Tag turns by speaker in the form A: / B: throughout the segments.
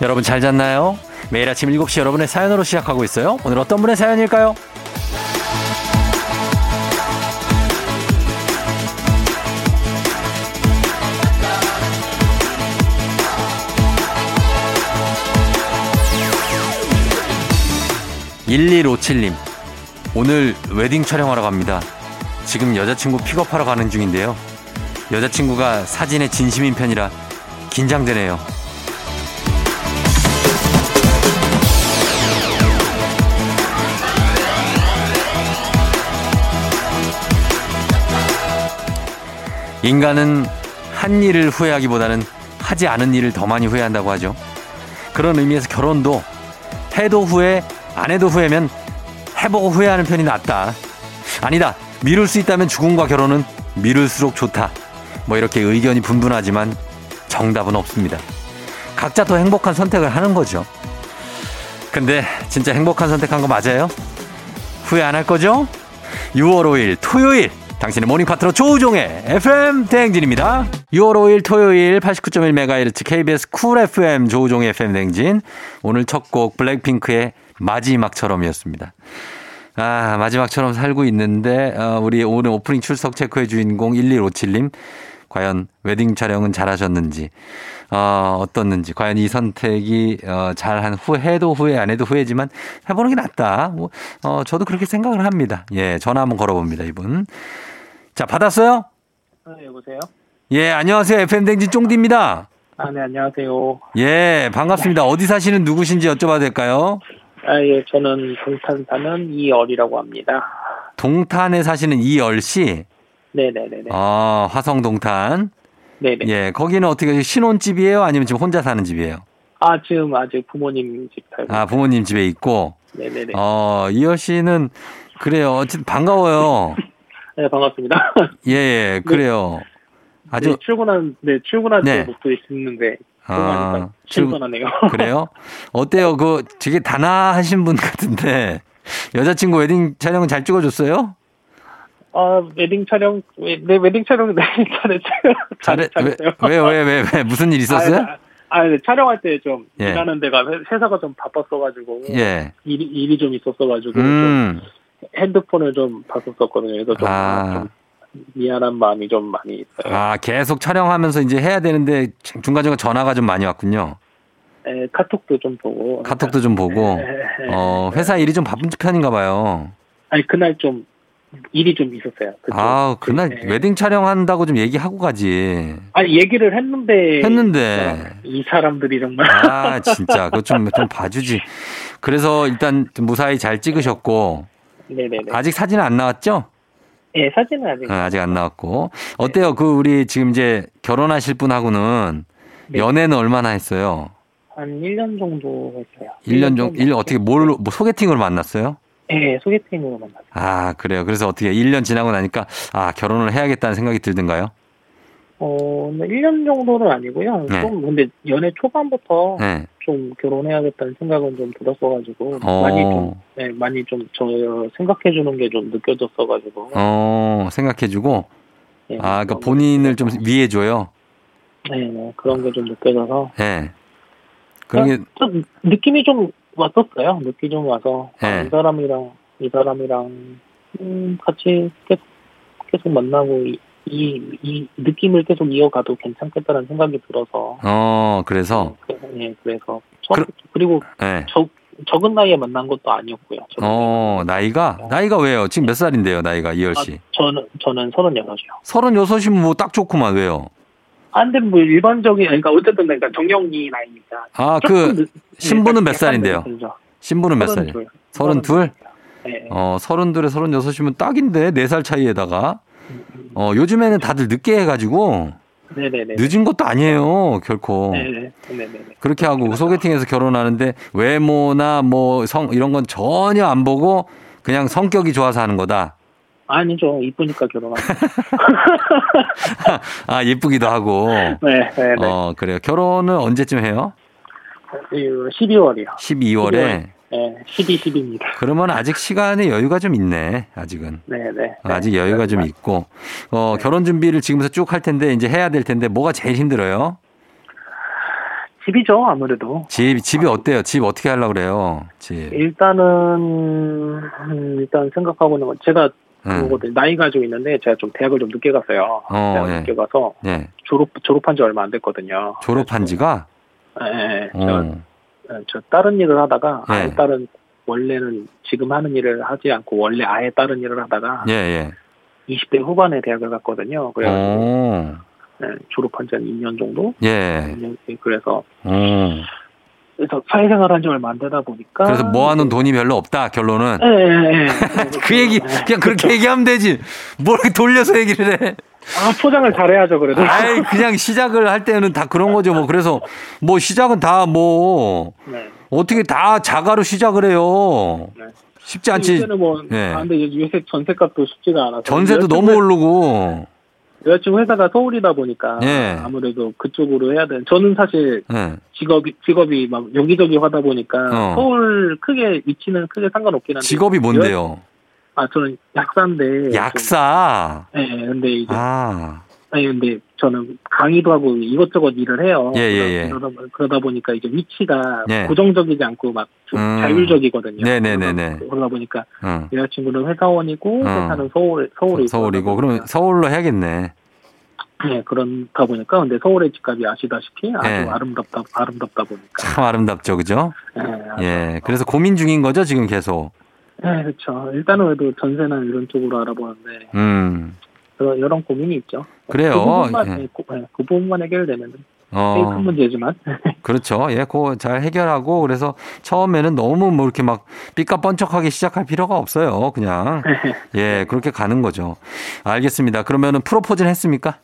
A: 여러분 잘 잤나요? 매일 아침 7시 여러분의 사연으로 시작하고 있어요. 오늘 어떤 분의 사연일까요? 1157님. 오늘 웨딩 촬영하러 갑니다. 지금 여자친구 픽업하러 가는 중인데요. 여자친구가 사진에 진심인 편이라 긴장되네요. 인간은 한 일을 후회하기보다는 하지 않은 일을 더 많이 후회한다고 하죠. 그런 의미에서 결혼도 해도 후회, 안 해도 후회면 해보고 후회하는 편이 낫다. 아니다. 미룰 수 있다면 죽음과 결혼은 미룰수록 좋다. 뭐 이렇게 의견이 분분하지만 정답은 없습니다. 각자 더 행복한 선택을 하는 거죠. 근데 진짜 행복한 선택한 거 맞아요? 후회 안 할 거죠? 6월 5일 토요일 당신의 모닝 파트너 조우종의 FM 대행진입니다. 6월 5일 토요일 89.1MHz KBS 쿨 FM 조우종의 FM 대행진 오늘 첫 곡 블랙핑크의 마지막처럼이었습니다. 아, 마지막처럼 살고 있는데, 어, 우리 오늘 오프닝 출석 체크의 주인공 1157님. 과연 웨딩 촬영은 잘하셨는지, 어, 어떻는지, 과연 이 선택이, 어, 잘한 후회도 후회 안 해도 후회지만 해보는 게 낫다. 뭐, 어, 저도 그렇게 생각을 합니다. 예, 전화 한번 걸어봅니다, 이분. 자, 받았어요?
B: 네, 여보세요?
A: 예, 안녕하세요. FM댕진 쫑디입니다.
B: 아, 네, 안녕하세요.
A: 예, 반갑습니다. 어디 사시는 누구신지 여쭤봐도 될까요?
B: 아, 예, 저는 동탄 사는 이열이라고 합니다.
A: 동탄에 사시는 이열 씨.
B: 네네네네.
A: 아, 화성 동탄.
B: 네네.
A: 예, 거기는 어떻게 신혼집이에요? 아니면 지금 혼자 사는 집이에요?
B: 아, 지금 아직 부모님 집 살고.
A: 아, 부모님 집에 있고.
B: 네네네.
A: 어, 이열 씨는 그래요. 어쨌든 반가워요.
B: 네, 반갑습니다.
A: 예, 예, 그래요. 아주
B: 네, 출근한, 네, 출근한
A: 네.
B: 네. 목도 있는데.
A: 아,
B: 아, 출근하네요.
A: 그래요? 어때요? 그 되게 단아하신 분 같은데 여자친구 웨딩 촬영 잘 찍어줬어요?
B: 아, 웨딩 촬영, 웨, 네, 웨딩 촬영, 네, 잘했어요.
A: 잘해.
B: 잘했어요.
A: 왜왜 왜 왜 무슨 일 있었어요?
B: 아, 아, 네, 촬영할 때 좀
A: 예.
B: 일하는 데가 회- 회사가 좀 바빴어가지고
A: 예.
B: 일이 일이 좀 있었어가지고 좀
A: 음.
B: 핸드폰을 좀 봤었거든요. 그래서 좀,
A: 아.
B: 좀 미안한 마음이 좀 많이 있어요.
A: 아, 계속 촬영하면서 이제 해야 되는데 중간중간 전화가 좀 많이 왔군요.
B: 에, 카톡도 좀 보고.
A: 카톡도 좀 보고.
B: 에, 에,
A: 어, 회사 일이 좀 바쁜 편인가 봐요.
B: 아니 그날 좀 일이 좀 있었어요. 그쵸?
A: 아, 그날
B: 네.
A: 웨딩 촬영한다고 좀 얘기하고 가지.
B: 아니 얘기를 했는데
A: 했는데.
B: 이 사람들이 정말
A: 아, 진짜. 그거 좀, 좀 봐주지. 그래서 일단 좀 무사히 잘 찍으셨고.
B: 네네네.
A: 아직 사진 안 나왔죠?
B: 예 사진은 아직
A: 어, 아직 안 나왔고.
B: 네.
A: 어때요? 그, 우리 지금 이제 결혼하실 분하고는
B: 네.
A: 연애는 얼마나 했어요?
B: 한 1년 정도 했어요.
A: 일 년 정도, 일 어떻게 뭘로, 뭐 소개팅으로 만났어요?
B: 예 소개팅으로 만났어요.
A: 아, 그래요. 그래서 어떻게 1년 지나고 나니까 아, 결혼을 해야겠다는 생각이 들던가요?
B: 어, 근데 1년 정도는 아니고요.
A: 네.
B: 좀 근데 연애 초반부터
A: 네.
B: 좀 결혼해야겠다는 생각은 좀 들었어가지고
A: 어,
B: 많이 좀 네, 많이 좀 저 생각해 주는 게 좀 느껴졌어 가지고. 예.
A: 어, 생각해 주고 아, 그러니까 본인을 좀 위해 줘요.
B: 네, 네, 그런 게 좀 느껴져서
A: 예. 그런 게
B: 좀 느낌이 좀 왔었어요. 느낌이 좀 와서 아,
A: 네.
B: 이 사람이랑 이 사람이랑 음, 같이 계속 계속 만나고 이, 이, 이 느낌을 계속 이어가도 괜찮겠다는 생각이 들어서
A: 어, 그래서
B: 그래서, 예, 그래서 처음 그리고
A: 예.
B: 적 적은 나이에 만난 것도 아니었고요. 저는
A: 어, 나이가 나이가 왜요? 지금 몇 살인데요, 나이가 이열 씨?
B: 저는 저는 서른여섯이요.
A: 서른여섯이면 뭐 딱 좋구만 왜요?
B: 안데 뭐 일반적인 그러니까 어쨌든 그러니까 정령기 나이니까 예,
A: 아, 그
B: 조금 늦- 네,
A: 신부는 몇
B: 약간
A: 살인데요?
B: 늦죠.
A: 신부는 몇 살이에요?
B: 서른둘.
A: 서른둘?
B: 네.
A: 어, 서른둘에 서른여섯이면 딱인데 네 살 차이에다가 어, 요즘에는 다들 늦게 해 가지고
B: 네네네.
A: 늦은 것도 아니에요, 결코.
B: 네네네.
A: 그렇게 하고 소개팅에서 결혼하는데 외모나 뭐 성 이런 건 전혀 안 보고 그냥 성격이 좋아서 하는 거다.
B: 아니죠. 이쁘니까 결혼한.
A: 아 예쁘기도 하고.
B: 네네네.
A: 어 그래요. 결혼은 언제쯤 해요?
B: 12월이요.
A: 12월에.
B: 네, 12, 10입니다.
A: 그러면 아직 시간에 여유가 좀 있네. 아직은. 어,
B: 네네.
A: 아직 여유가 좀 있고. 어 결혼 준비를 지금부터 쭉 할 텐데 이제 해야 될 텐데 뭐가 제일 힘들어요?
B: 집이죠, 네. 아무래도.
A: 집, 집이 어때요? 집 어떻게 하려고 그래요? 집.
B: 일단은, 음, 일단 생각하고 있는 건, 제가
A: 응.
B: 그거거든 나이가 가지고 있는데, 제가 좀 대학을 좀 늦게 갔어요.
A: 음. 어,
B: 대학
A: 예.
B: 늦게 가서
A: 예.
B: 졸업, 졸업한 지 얼마 안 됐거든요.
A: 졸업한 지가?
B: 예, 예. 제가
A: 어.
B: 예, 저 다른 일을 하다가 아예
A: 예.
B: 다른 원래는 지금 하는 일을 하지 않고 원래 아예 다른 일을 하다가
A: 예, 예.
B: 20대 후반에 대학을 갔거든요.
A: 아.
B: 그래서
A: 오.
B: 졸업한 지 한 2년 정도.
A: 어. 예.
B: 2년, 그래서
A: 오.
B: 그래서 사회생활 한지 얼마 안 되다 보니까
A: 음. 그래서 뭐 하는 돈이 별로 없다, 결론은.
B: 예, 예, 예.
A: 그 얘기,
B: 예.
A: 그냥 그렇게 얘기하면 되지. 뭘 이렇게 돌려서 얘기를 해.
B: 아 포장을 잘해야죠 그래도
A: 아이, 그냥 시작을 할 때는 다 그런 거죠. 뭐, 그래서 뭐 시작은 다 뭐,
B: 네.
A: 어떻게 다 자가로 시작을 해요.
B: 네.
A: 쉽지 않지.
B: 요새는 뭐
A: 예.
B: 아, 근데 요새 전세값도 쉽지가 않아서
A: 전세도
B: 여자친구-
A: 너무 오르고.
B: 여자친구 회사가 서울이다 보니까
A: 예.
B: 아무래도 그쪽으로 해야 되는 저는 사실
A: 예.
B: 직업이 직업이 막 여기저기 하다 보니까
A: 어.
B: 서울 크게 위치는 크게 상관없긴 한데
A: 직업이 뭔데요?
B: 아 저는 약사인데 좀-
A: 약사.
B: 예, 예, 근데 이제
A: 아,
B: 아니 근데 저는 강의도 하고 이것저것 일을 해요.
A: 예, 예, 예.
B: 그러다, 보- 그러다 보니까 이제 위치가
A: 예.
B: 고정적이지 않고 막 좀
A: 음.
B: 자율적이거든요.
A: 네, 네, 네, 네.
B: 그러다, 그러다 보니까
A: 응.
B: 여자친구는 회사원이고
A: 음.
B: 회사는 서울 서울이
A: 서울이고. 그럼 서울로 해야겠네.
B: 예, 그렇다 보니까 근데 서울의 집값이 아시다시피 아주
A: 예.
B: 아름답다 아름답다 보니까
A: 참 아름답죠, 그죠?
B: 예,
A: 예. 그래서 고민 중인 거죠, 지금 계속.
B: 예, 그렇죠. 일단은 그래도 전세나 이런 쪽으로 알아보는데
A: 음.
B: 그런 이런 고민이 있죠.
A: 그래요.
B: 그 부분만
A: 예.
B: 예, 그, 예, 그 부분만 해결되면 제일
A: 어.
B: 큰 문제지만
A: 그렇죠. 예, 그거 잘 해결하고 그래서 처음에는 너무 뭐 이렇게 막 삐까뻔쩍하게 시작할 필요가 없어요. 그냥 예, 그렇게 가는 거죠. 알겠습니다. 그러면은 프로포즈는 했습니까?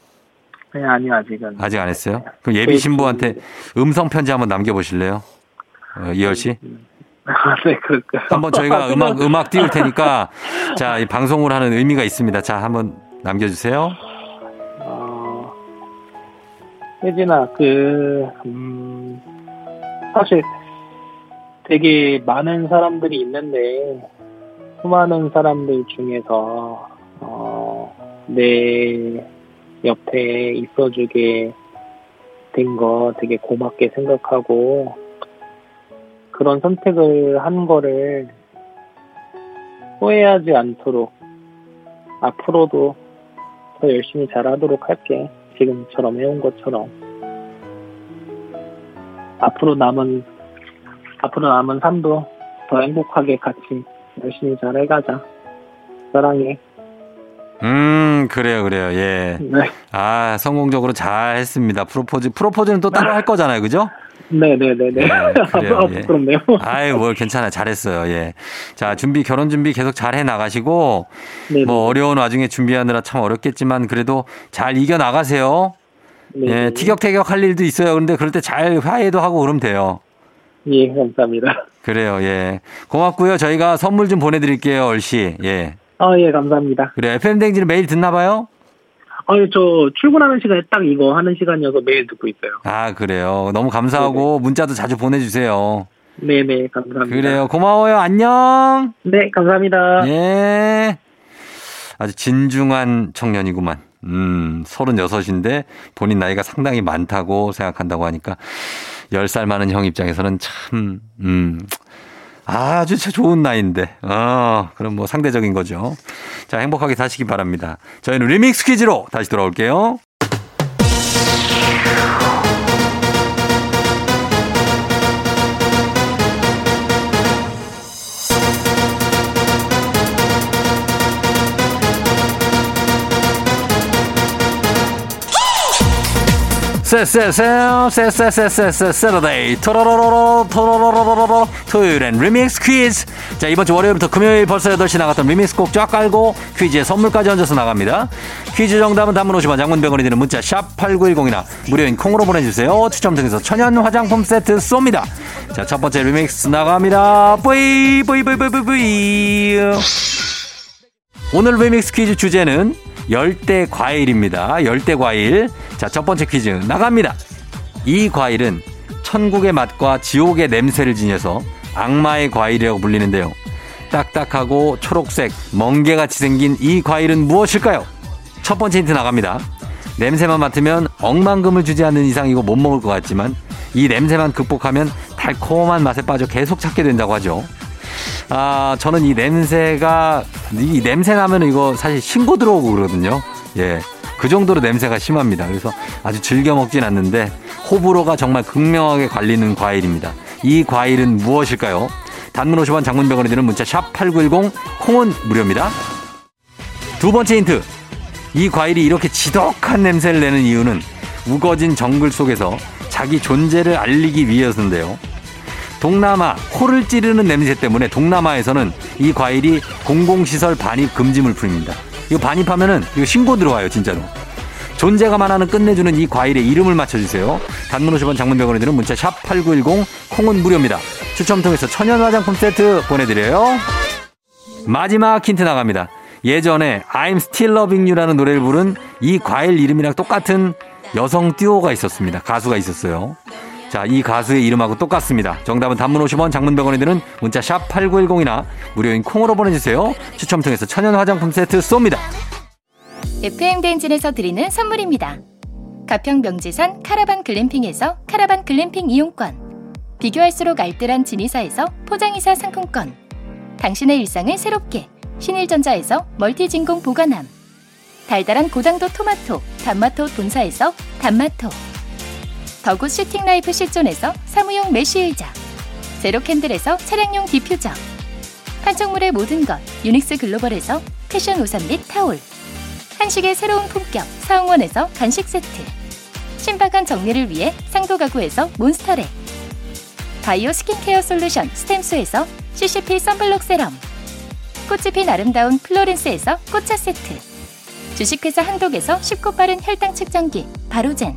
B: 예, 아니요 아직은
A: 아직 안 했어요. 그럼 예비 신부한테 음성 편지 한번 남겨 보실래요? 어, 이열 씨.
B: 아, 네, 그럴까요?
A: 한번 저희가 음악 음악 띄울 테니까 자, 이 방송을 하는 의미가 있습니다. 자, 한번 남겨 주세요.
B: 어, 혜진아, 그, 음, 사실 되게 많은 사람들이 있는데, 수많은 사람들 중에서, 어, 내 옆에 있어주게 된 거 되게 고맙게 생각하고, 그런 선택을 한 거를 후회하지 않도록, 앞으로도 더 열심히 잘하도록 할게. 지금처럼 해온 것처럼. 앞으로 남은, 앞으로 남은 삶도 더 행복하게 같이 열심히 잘 해가자. 사랑해.
A: 음, 그래요. 그래요. 예.
B: 네.
A: 아, 성공적으로 잘 했습니다. 프로포즈 프로포즈는 또 따로 할 거잖아요. 그죠?
B: 네네네네.
A: 예, 그래요.
B: 아,
A: 예.
B: 부끄럽네요.
A: 아이 뭘 괜찮아 잘했어요 예 자 준비 결혼 준비 계속 잘 해 나가시고
B: 네,
A: 뭐 어려운 와중에 준비하느라 참 어렵겠지만 그래도 잘 이겨 나가세요
B: 네.
A: 예 티격태격 할 일도 있어요 그런데 그럴 때 잘 화해도 하고 그러면 돼요
B: 예, 감사합니다.
A: 그래요 예 고맙고요 저희가 선물 좀 보내드릴게요 얼씨 예
B: 아, 예, 감사합니다.
A: 그래 FM 댕지를 매일 듣나 봐요
B: 아, 예, 저 출근하는 시간에 딱 이거 하는 시간이어서 매일 듣고 있어요.
A: 아 그래요 너무 감사하고 문자도 자주 보내주세요
B: 네네, 네, 감사합니다.
A: 그래요 고마워요 안녕
B: 네, 감사합니다.
A: 예. 아주 진중한 청년이구만. 음, 36인데 본인 나이가 상당히 많다고 생각한다고 하니까 10살 많은 형 입장에서는 참, 음, 아주 참 좋은 나이인데. 어, 그럼 뭐 상대적인 거죠. 자, 행복하게 사시기 바랍니다. 저희는 리믹스 퀴즈로 다시 돌아올게요. 쎄쎄쎄요 쎄쎄쎄쎄쎄 세러데이 토로로로로 토로로로로로 토요일엔 리믹스 퀴즈 자 이번 주 월요일부터 금요일 벌써 8시 나갔던 리믹스 곡 쫙 깔고 퀴즈에 선물까지 얹어서 나갑니다 퀴즈 정답은 단문 50원 장문병원이 드는 문자 샵 8910이나 무료인 콩으로 보내주세요 추첨 통해서 천연 화장품 세트 쏩니다 자 첫 번째 리믹스 나갑니다 뿌이 뿌이 뿌이 뿌이 뿌이 뿌이 오늘 리믹스 퀴즈 주제는 열대 과일입니다. 열대 과일. 자, 첫 번째 퀴즈 나갑니다. 이 과일은 천국의 맛과 지옥의 냄새를 지녀서 악마의 과일이라고 불리는데요. 딱딱하고 초록색, 멍게같이 생긴 이 과일은 무엇일까요? 첫 번째 힌트 나갑니다. 냄새만 맡으면 억만금을 주지 않는 이상이고 못 먹을 것 같지만 이 냄새만 극복하면 달콤한 맛에 빠져 계속 찾게 된다고 하죠. 아, 저는 이 냄새가, 이 냄새 나면 이거 사실 신고 들어오고 그러거든요. 예. 그 정도로 냄새가 심합니다. 그래서 아주 즐겨 먹진 않는데 호불호가 정말 극명하게 갈리는 과일입니다. 이 과일은 무엇일까요? 단문 50원 장문 100원에 드는 문자 샵 8910 콩은 무료입니다. 두 번째 힌트. 이 과일이 이렇게 지독한 냄새를 내는 이유는 우거진 정글 속에서 자기 존재를 알리기 위해서인데요. 동남아 코를 찌르는 냄새 때문에 동남아에서는 이 과일이 공공시설 반입 금지 물품입니다. 이거 반입하면은 이거 신고 들어와요 진짜로. 존재감만 하는 끝내주는 이 과일의 이름을 맞춰주세요. 단문 50원 장문병원에 드는 문자 샵 8910 콩은 무료입니다. 추첨 통해서 천연 화장품 세트 보내드려요. 마지막 힌트 나갑니다. 예전에 I'm Still Loving You라는 노래를 부른 이 과일 이름이랑 똑같은 여성 듀오가 있었습니다. 가수가 있었어요. 자, 이 가수의 이름하고 똑같습니다. 정답은 단문 50원, 장문 100원에 드는 문자 샵 8910이나 무료인 콩으로 보내주세요. 추첨 통해서 천연 화장품 세트 쏩니다.
C: FM 대행진에서 드리는 선물입니다. 가평 명지산 카라반 글램핑에서 카라반 글램핑 이용권. 비교할수록 알뜰한 진이사에서 포장이사 상품권. 당신의 일상을 새롭게 신일전자에서 멀티진공 보관함. 달달한 고당도 토마토, 단마토 본사에서 단마토. 더굿 시팅라이프 실존에서 사무용 메쉬 의자. 제로캔들에서 차량용 디퓨저. 한청물의 모든 것 유닉스 글로벌에서 패션 우산 및 타올. 한식의 새로운 품격 사홍원에서 간식 세트 신박한 정리를 위해 상도 가구에서 몬스터랩 바이오 스킨케어 솔루션 스템수에서 CCP 썬블록 세럼 꽃이 핀 아름다운 플로렌스에서 꽃차 세트 주식회사 한독에서 쉽고 빠른 혈당 측정기 바로젠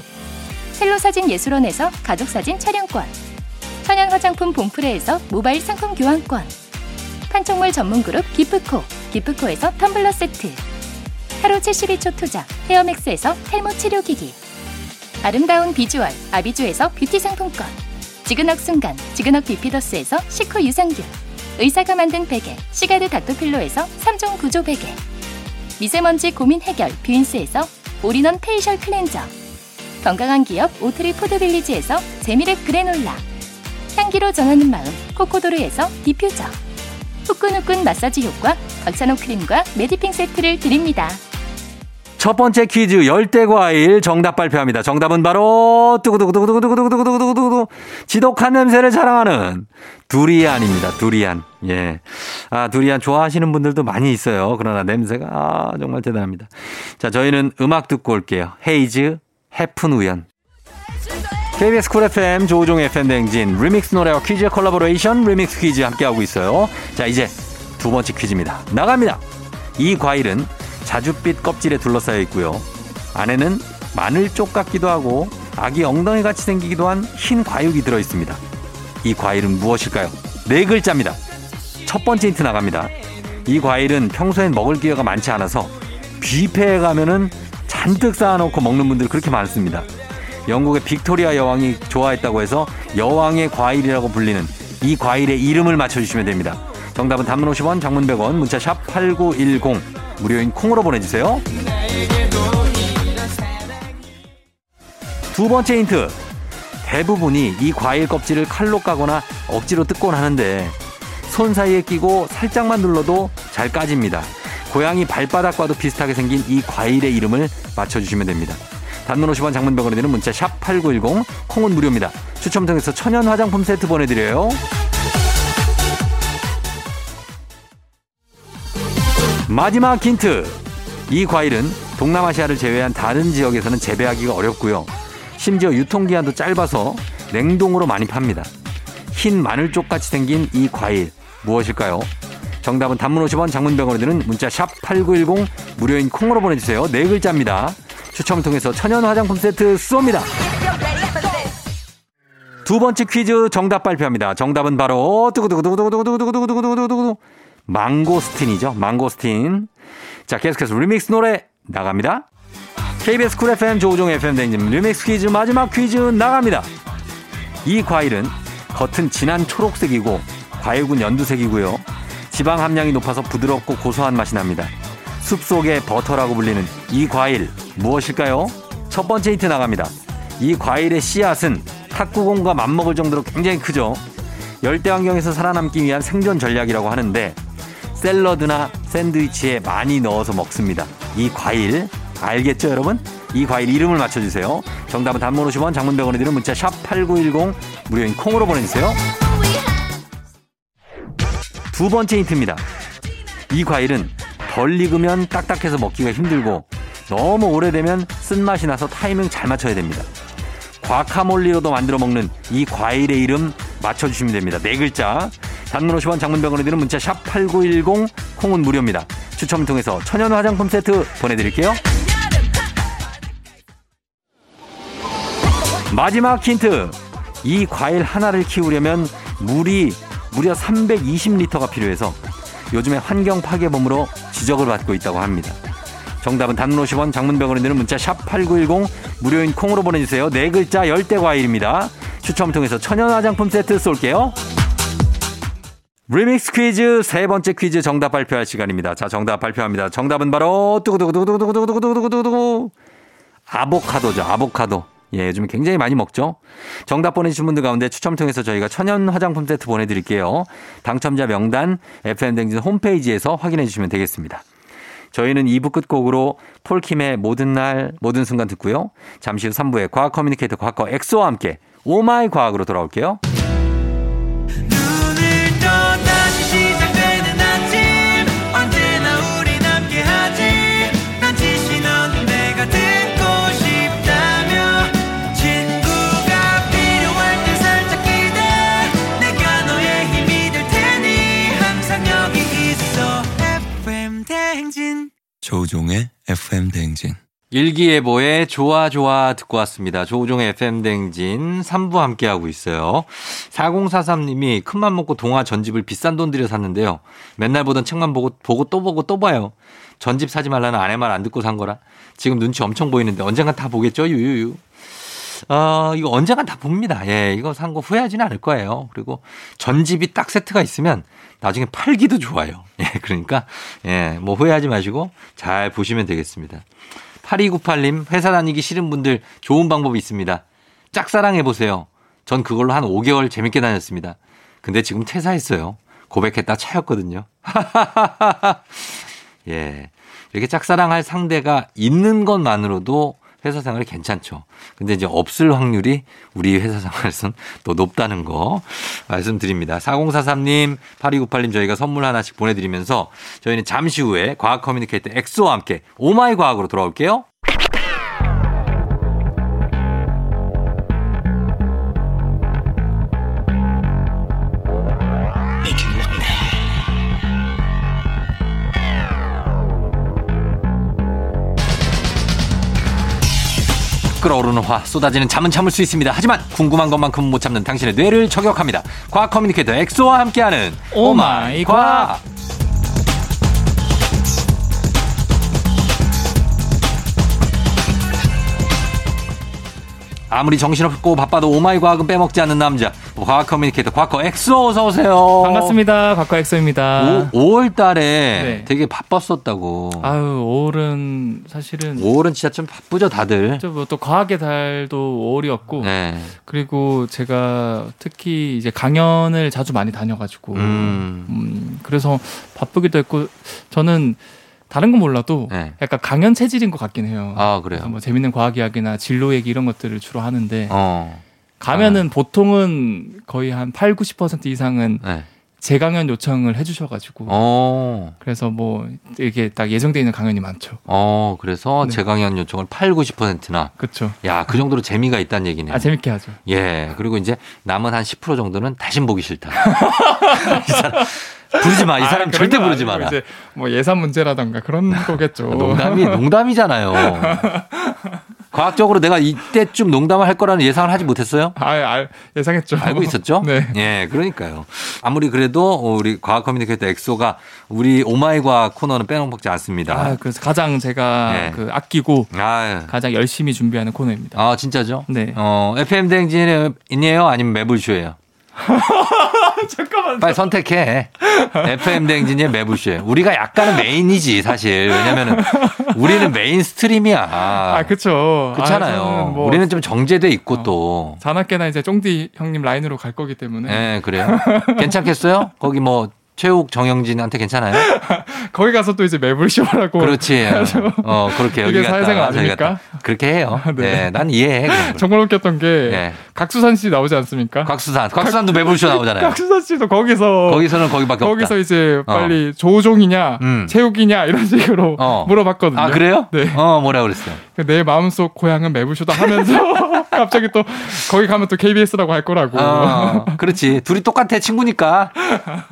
C: 첼로 사진 예술원에서 가족사진 촬영권 천연 화장품 봉프레에서 모바일 상품 교환권 판촉물 전문 그룹 기프코 기프코에서 텀블러 세트 하루 72초 투자 헤어맥스에서 탈모 치료기기 아름다운 비주얼 아비주에서 뷰티 상품권 지그넉 순간 지그넉 비피더스에서 식후 유산균 의사가 만든 베개 시가드 닥터필로에서 3종 구조 베개 미세먼지 고민 해결 뷰인스에서 올인원 페이셜 클렌저 건강한 기업 오트리 포드빌리지에서 재미랩 그래놀라 향기로 전하는 마음 코코도르에서 디퓨저 후끈후끈 마사지 효과 박찬호 크림과 메디핑 세트를 드립니다.
A: 첫 번째 퀴즈 열대 과일 정답 발표합니다. 정답은 바로 두구두구두구두구두구두구두구두구 지독한 냄새를 자랑하는 두리안입니다. 두리안. 예. 아, 두리안 좋아하시는 분들도 많이 있어요. 그러나 냄새가 아, 정말 대단합니다. 자, 저희는 음악 듣고 올게요. 헤이즈 해픈 우연. KBS 쿨 FM 조우종 FM 댕진 리믹스 노래와 퀴즈 콜라보레이션 리믹스 퀴즈 함께하고 있어요. 자 이제 두 번째 퀴즈입니다. 나갑니다. 이 과일은 자줏빛 껍질에 둘러싸여 있고요. 안에는 마늘 쪽 같기도 하고 아기 엉덩이 같이 생기기도 한 흰 과육이 들어 있습니다. 이 과일은 무엇일까요? 네 글자입니다. 첫 번째 힌트 나갑니다. 이 과일은 평소엔 먹을 기회가 많지 않아서 뷔페에 가면은 잔뜩 쌓아놓고 먹는 분들 그렇게 많습니다. 영국의 빅토리아 여왕이 좋아했다고 해서 여왕의 과일이라고 불리는 이 과일의 이름을 맞춰주시면 됩니다. 정답은 단문 50원, 장문 100원, 문자 샵 8910 무료인 콩으로 보내주세요. 두 번째 힌트. 대부분이 이 과일 껍질을 칼로 까거나 억지로 뜯곤 하는데 손 사이에 끼고 살짝만 눌러도 잘 까집니다. 고양이 발바닥과도 비슷하게 생긴 이 과일의 이름을 맞춰주시면 됩니다. 단문 50원 장문병원에 되는 문자 샵 8910 콩은 무료입니다. 추첨 통해서 천연 화장품 세트 보내드려요. 마지막 힌트. 이 과일은 동남아시아를 제외한 다른 지역에서는 재배하기가 어렵고요. 심지어 유통기한도 짧아서 냉동으로 많이 팝니다. 흰 마늘쪽같이 생긴 이 과일 무엇일까요? 정답은 단문 50원 장문병원에 드는 문자 샵 8910 무료인 콩으로 보내주세요. 네 글자입니다. 추첨 통해서 천연 화장품 세트 쏩니다. 두 번째 퀴즈 정답 발표합니다. 정답은 바로 두구두구두구두구두구두구두구두구두구 망고스틴이죠. 망고스틴. 자, 계속해서 리믹스 노래 나갑니다. KBS 쿨 FM 조우종 FM 댕님 리믹스 퀴즈 마지막 퀴즈 나갑니다. 이 과일은 겉은 진한 초록색이고 과육은 연두색이고요. 지방 함량이 높아서 부드럽고 고소한 맛이 납니다. 숲속의 버터라고 불리는 이 과일 무엇일까요? 첫 번째 힌트 나갑니다. 이 과일의 씨앗은 탁구공과 맞먹을 정도로 굉장히 크죠. 열대 환경에서 살아남기 위한 생존 전략이라고 하는데 샐러드나 샌드위치에 많이 넣어서 먹습니다. 이 과일 알겠죠 여러분? 이 과일 이름을 맞춰주세요. 정답은 단문 50원, 장문 100원에 드는 문자 샵 8910 무료인 콩으로 보내주세요. 두 번째 힌트입니다. 이 과일은 덜 익으면 딱딱해서 먹기가 힘들고 너무 오래되면 쓴맛이 나서 타이밍 잘 맞춰야 됩니다. 과카몰리로도 만들어 먹는 이 과일의 이름 맞춰주시면 됩니다. 네 글자. 단문 50원 장문병원에 드는 문자 샵 8910 콩은 무료입니다. 추첨을 통해서 천연 화장품 세트 보내드릴게요. 마지막 힌트. 이 과일 하나를 키우려면 물이 무려 320리터가 필요해서 요즘에 환경 파괴범으로 지적을 받고 있다고 합니다. 정답은 단문 50원 장문병원에 드는 문자 샵 8910 무료인 콩으로 보내주세요. 네 글자 열대 과일입니다. 추첨 통해서 천연 화장품 세트 쏠게요. 리믹스 퀴즈 세 번째 퀴즈 정답 발표할 시간입니다. 자, 정답 발표합니다. 정답은 바로 뚜구두구두구두구두구두구두구두구 아보카도죠. 아보카도. 예, 요즘 굉장히 많이 먹죠. 정답 보내주신 분들 가운데 추첨 통해서 저희가 천연 화장품 세트 보내드릴게요. 당첨자 명단 FM댕진 홈페이지에서 확인해 주시면 되겠습니다. 저희는 2부 끝곡으로 폴킴의 모든 날, 모든 순간 듣고요. 잠시 후 3부에 과학 커뮤니케이터 과거 엑소와 함께 오마이 과학으로 돌아올게요.
D: 눈을 떠 다시 시작되는 아침 언제나 우린 함께하지 난 지시 넌 내가 듣고 싶다며 친구가 필요할 때 살짝 기대 내가 너의 힘이 될 테니 항상 여기 있어 FM 대행진
E: 조우종의 FM 대행진.
A: 일기예보의 좋아 좋아 듣고 왔습니다. 조우종의 FM 댕진 3부 함께하고 있어요. 4043님이 큰맘 먹고 동화 전집을 비싼 돈 들여 샀는데요. 맨날 보던 책만 보고 보고 또 보고 또 봐요. 전집 사지 말라는 아내 말 안 듣고 산 거라. 지금 눈치 엄청 보이는데 언젠간 다 보겠죠? 유유유. 어, 이거 언젠간 다 봅니다. 예, 이거 산 거 후회하지는 않을 거예요. 그리고 전집이 딱 세트가 있으면 나중에 팔기도 좋아요. 예, 그러니까, 예, 뭐 후회하지 마시고 잘 보시면 되겠습니다. 8298님, 회사 다니기 싫은 분들 좋은 방법이 있습니다. 짝사랑해보세요. 전 그걸로 한 5개월 재밌게 다녔습니다. 근데 지금 퇴사했어요. 고백했다 차였거든요. 예. 이렇게 짝사랑할 상대가 있는 것만으로도 회사 생활이 괜찮죠. 근데 이제 없을 확률이 우리 회사 생활에서는 또 높다는 거 말씀드립니다. 4043님, 8298님 저희가 선물 하나씩 보내드리면서 저희는 잠시 후에 과학 커뮤니케이터 엑소와 함께 오마이 과학으로 돌아올게요. 끓어오르는 화 쏟아지는 잠은 참을 수 있습니다. 하지만 궁금한 것만큼 못 참는 당신의 뇌를 저격합니다. 과학 커뮤니케이터 엑소와 함께하는 오마이 과학. 아무리 정신없고 바빠도 오마이 과학은 빼먹지 않는 남자 과학 커뮤니케이터 과거 엑소 어서 오세요. 어.
F: 반갑습니다. 과거 엑소입니다.
A: 5월 달에
F: 네.
A: 되게 바빴었다고.
F: 아유, 5월은 사실은
A: 5월은 진짜 좀 바쁘죠, 다들.
F: 뭐또 과학의 달도 5월이었고
A: 네.
F: 그리고 제가 특히 이제 강연을 자주 많이 다녀가지고
A: 음.
F: 음, 그래서 바쁘기도 했고 저는 다른 건 몰라도
A: 네.
F: 약간 강연 체질인 것 같긴 해요.
A: 아,
F: 그래서
A: 그래요.
F: 뭐 재밌는 과학 이야기나 진로 얘기 이런 것들을 주로 하는데
A: 어.
F: 가면은 보통은 거의 한 8, 90% 이상은
A: 네.
F: 재강연 요청을 해주셔가지고
A: 어.
F: 그래서 뭐 이렇게 딱 예정돼 있는 강연이 많죠.
A: 어, 그래서
F: 네.
A: 재강연 요청을 8, 90%나.
F: 그렇죠.
A: 야, 그 정도로 재미가 있다는 얘기네요.
F: 아 재밌게 하죠.
A: 예. 그리고 이제 남은 한 10% 정도는 다신 보기 싫다. 이 사람, 부르지 마. 이 사람
F: 아, 그런
A: 절대
F: 건
A: 부르지
F: 아니고
A: 마라. 아,
F: 이제 뭐 예산 문제라던가 그런 거겠죠.
A: 농담이, 농담이잖아요. 과학적으로 내가 이때쯤 농담을 할 거라는 예상을 하지 못했어요?
F: 아, 아 예상했죠.
A: 알고 있었죠?
F: 네.
A: 예, 그러니까요. 아무리 그래도 우리 과학 커뮤니케이터 엑소가 우리 오마이 과학 코너는 빼놓지 않습니다.
F: 아, 그래서 가장 제가
A: 네.
F: 그 아끼고
A: 아,
F: 가장 열심히 준비하는 코너입니다.
A: 아 진짜죠?
F: 네.
A: 어, FM 댕진이에요? 아니면 매불쇼예요?
F: 잠깐만.
A: 빨리 선택해. FM 댕진이에 매불쇼예요. 우리가 약간은 메인이지 사실. 왜냐면은 우리는 메인 스트림이야.
F: 아, 그쵸.
A: 그렇잖아요.
F: 아, 저는 뭐
A: 우리는 좀 정제돼 있고
F: 어.
A: 또.
F: 자나깨나 이제 쫑디 형님 라인으로 갈 거기 때문에
A: 예, 그래요. 괜찮겠어요? 거기 뭐 최욱 정영진한테 괜찮아요?
F: 거기 가서 또 이제 매불쇼라고
A: 그렇지. 어, 그렇게 여기
F: 이게
A: 갔다.
F: 뭐 사회생활
A: 저기 갔다.
F: 아닙니까?
A: 그렇게 해요.
F: 네.
A: 네, 난 이해해. 그런 걸.
F: 정말 웃겼던 게
A: 네.
F: 각수산 씨 나오지 않습니까?
A: 곽수산, 곽수산도 매불쇼 나오잖아요.
F: 각수산 씨도 거기서
A: 네. 거기서는 거기밖에
F: 거기서
A: 없다. 어.
F: 이제 빨리 조종이냐
A: 음.
F: 체육이냐 이런 식으로
A: 어.
F: 물어봤거든요.
A: 아 그래요?
F: 네.
A: 어 뭐라 그랬어요?
F: 내 마음속 고향은 매부쇼다 하면서 갑자기 또 거기 가면 또 KBS라고 할 거라고.
A: 어, 그렇지. 둘이 똑같아 친구니까.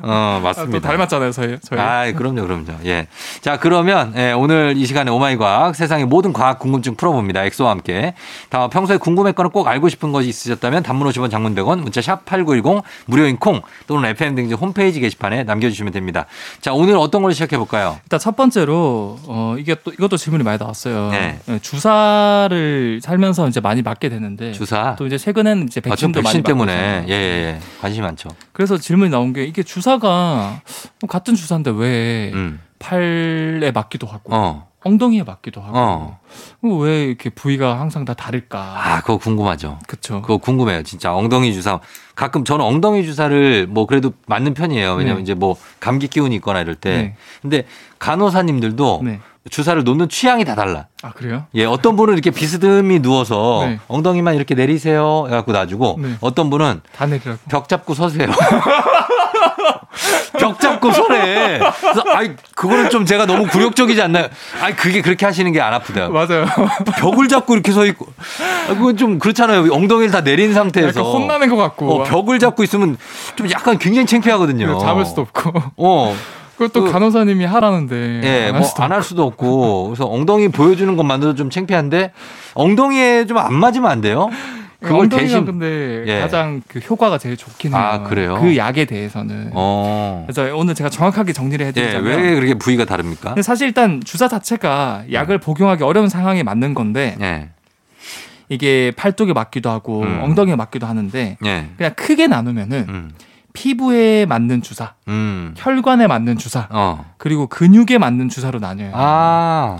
A: 어
F: 아, 또
A: 맞습니다.
F: 닮았잖아요, 저희. 저희.
A: 아, 그럼요, 그럼요. 예. 자, 그러면 예, 오늘 이 시간에 오마이 과학 세상의 모든 과학 궁금증 풀어봅니다. 엑소와 함께. 다 평소에 궁금했거나 꼭 알고 싶은 것이 있으셨다면 단문 50원, 장문 100원, 문자 샵 #8910 무료인 콩 또는 FM 등지 홈페이지 게시판에 남겨주시면 됩니다. 자, 오늘 어떤 걸로 시작해 볼까요?
F: 일단 첫 번째로 어 이게 또 이것도 질문이 많이 나왔어요.
A: 네.
F: 네, 주사를 살면서 이제 많이 맞게 되는데
A: 주사.
F: 네. 또 이제 최근에는 이제
A: 아, 지금
F: 백신도 많이
A: 백신
F: 맞고
A: 때문에
F: 있잖아요.
A: 예, 예, 예. 관심이 많죠.
F: 그래서 질문이 나온 게 이게 주사가 뭐 같은 주사인데 왜
A: 음.
F: 팔에 맞기도 하고
A: 어.
F: 엉덩이에 맞기도 하고
A: 어.
F: 왜 이렇게 부위가 항상 다 다를까?
A: 아, 그거 궁금하죠.
F: 그렇죠.
A: 그거 궁금해요. 진짜 엉덩이 주사. 가끔 저는 엉덩이 주사를 뭐 그래도 맞는 편이에요. 왜냐면
F: 네.
A: 이제 뭐 감기 기운이 있거나 이럴 때.
F: 네.
A: 근데 간호사님들도
F: 네.
A: 주사를 놓는 취향이 다 달라.
F: 아 그래요?
A: 예, 어떤 분은 이렇게 비스듬히 누워서
F: 네.
A: 엉덩이만 이렇게 내리세요 해갖고 놔주고
F: 네.
A: 어떤 분은
F: 다 내리라고.
A: 벽 잡고 서세요. 벽 잡고 서래. 그래서 아이 그거는 좀 제가 너무 굴욕적이지 않나요? 아이 그게 그렇게 하시는 게 안 아프다.
F: 맞아요.
A: 벽을 잡고 이렇게 서 있고 아, 그건 좀 그렇잖아요. 엉덩이를 다 내린 상태에서
F: 약간 혼나는 것 같고
A: 어, 벽을 잡고 있으면 좀 약간 굉장히 창피하거든요.
F: 잡을 수도 없고
A: 어,
F: 그것도
A: 그-
F: 간호사님이 하라는데
A: 예,
F: 안
A: 뭐안
F: 할 수도
A: 할 수도 없고 그래서 엉덩이 보여주는 것만으로도 좀 창피한데 엉덩이에 좀 안 맞으면 안 돼요. 그걸
F: 예, 엉덩이가
A: 대신
F: 근데
A: 예.
F: 가장 그 효과가 제일 좋긴 해요.
A: 아, 그래요?
F: 그 약에 대해서는.
A: 어,
F: 그래서 오늘 제가 정확하게 정리를
A: 예,
F: 해드리자면
A: 왜 그렇게 부위가 다릅니까?
F: 근데 사실 일단 주사 자체가 약을
A: 음.
F: 복용하기 어려운 상황에 맞는 건데
A: 예,
F: 이게 팔뚝에 맞기도 하고
A: 음.
F: 엉덩이에 맞기도 하는데
A: 예,
F: 그냥 크게 나누면은
A: 음,
F: 피부에 맞는 주사,
A: 음,
F: 혈관에 맞는 주사,
A: 어,
F: 그리고 근육에 맞는 주사로 나뉘어요.
A: 아,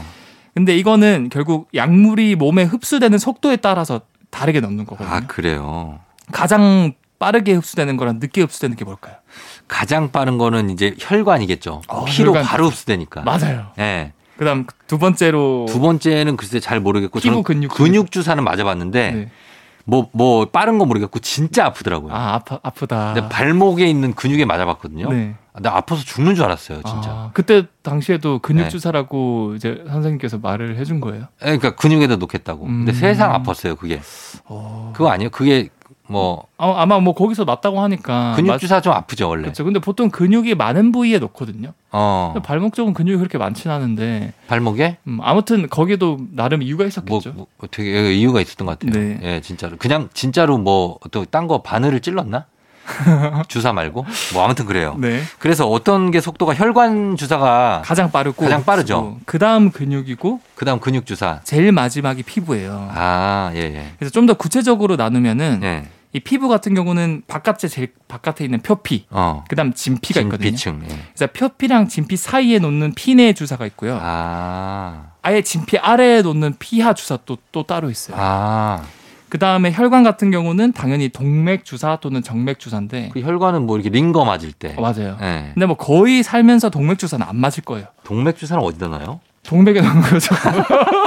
F: 근데 이거는 결국 약물이 몸에 흡수되는 속도에 따라서 다르게 넣는 거거든요.
A: 아 그래요.
F: 가장 빠르게 흡수되는 거랑 늦게 흡수되는 게 뭘까요?
A: 가장 빠른 거는 이제 혈관이겠죠.
F: 어,
A: 피로
F: 혈관.
A: 바로 흡수되니까.
F: 맞아요.
A: 예.
F: 그다음 두 번째로
A: 두 번째는 글쎄 잘 모르겠고
F: 피부
A: 저는
F: 근육
A: 근육 주사는 맞아봤는데
F: 네.
A: 뭐 뭐 빠른 건 모르겠고 진짜 아프더라고요.
F: 아 아파 아프다.
A: 근데 발목에 있는 근육에 맞아봤거든요.
F: 네.
A: 나 아파서 죽는 줄 알았어요, 진짜.
F: 아, 그때 당시에도 근육
A: 네.
F: 주사라고 이제 선생님께서 말을 해준 거예요.
A: 에, 그러니까 근육에다 놓겠다고. 근데
F: 음.
A: 세상 아팠어요, 그게.
F: 어.
A: 그거 아니에요? 그게 뭐
F: 아, 아마 뭐 거기서 맞다고 하니까
A: 근육 주사 좀 아프죠, 원래.
F: 그렇죠. 근데 보통 근육이 많은 부위에 놓거든요.
A: 어.
F: 근데 발목 쪽은 근육이 그렇게 많진 않은데
A: 발목에
F: 음, 아무튼 거기도 나름 이유가
A: 뭐,
F: 있었겠죠.
A: 뭐 되게 이유가 있었던 것 같아요.
F: 네.
A: 예, 진짜로. 그냥 진짜로 뭐 어떤 딴거 바늘을 찔렀나? 주사 말고 뭐 아무튼 그래요.
F: 네.
A: 그래서 어떤 게 속도가 혈관 주사가
F: 가장 빠르고
A: 가장 빠르죠.
F: 그다음 근육이고
A: 그다음 근육 주사.
F: 제일 마지막이 피부예요.
A: 아, 예, 예.
F: 그래서 좀 더 구체적으로 나누면은
A: 예.
F: 이 피부 같은 경우는 바깥에 제일 바깥에 있는 표피,
A: 어.
F: 그다음 진피가 있거든요.
A: 진피층. 예.
F: 그래서 표피랑 진피 사이에 놓는 피내 주사가 있고요.
A: 아.
F: 아예 진피 아래에 놓는 피하 주사 또, 또 따로 있어요.
A: 아.
F: 그 다음에 혈관 같은 경우는 당연히 동맥 주사 또는 정맥 주사인데
A: 그 혈관은 뭐 이렇게 링거 맞을 때.
F: 어, 맞아요.
A: 예.
F: 근데 뭐 거의 살면서 동맥 주사는 안 맞을 거예요.
A: 동맥 주사는 어디다 놔요?
F: 동맥에 넣는 거죠.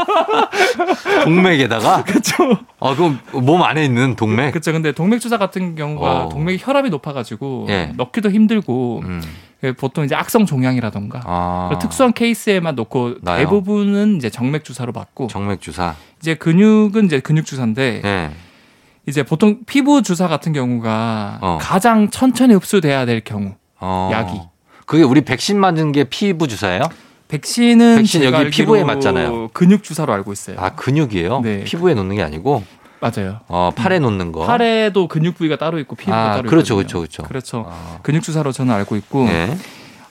A: 동맥에다가?
F: 그렇죠.
A: 아, 그럼 몸 안에 있는 동맥?
F: 그렇죠. 근데 동맥 주사 같은 경우가
A: 네. 어.
F: 동맥이 혈압이 높아가지고
A: 예.
F: 넣기도 힘들고 예,
A: 음.
F: 보통 이제 악성 종양이라던가
A: 아.
F: 그런 특수한 케이스에만 놓고
A: 나요?
F: 대부분은 이제 정맥 주사로 맞고
A: 정맥 주사.
F: 이제 근육은 이제 근육 주사인데
A: 예.
F: 이제 보통 피부 주사 같은 경우가
A: 어.
F: 가장 천천히 흡수돼야 될 경우
A: 어.
F: 약이.
A: 그게 우리 백신 맞은 게 피부 주사예요?
F: 백신은
A: 백신
F: 제가
A: 여기 피부에
F: 알기로
A: 맞잖아요.
F: 근육 주사로 알고 있어요.
A: 아 근육이에요?
F: 네.
A: 피부에 놓는 게 아니고
F: 맞아요.
A: 어, 팔에 놓는 거.
F: 팔에도 근육 부위가 따로 있고 피부가
A: 아
F: 따로
A: 그렇죠,
F: 있거든요.
A: 그렇죠, 그렇죠.
F: 그렇죠.
A: 아,
F: 근육 주사로 저는 알고 있고
A: 네.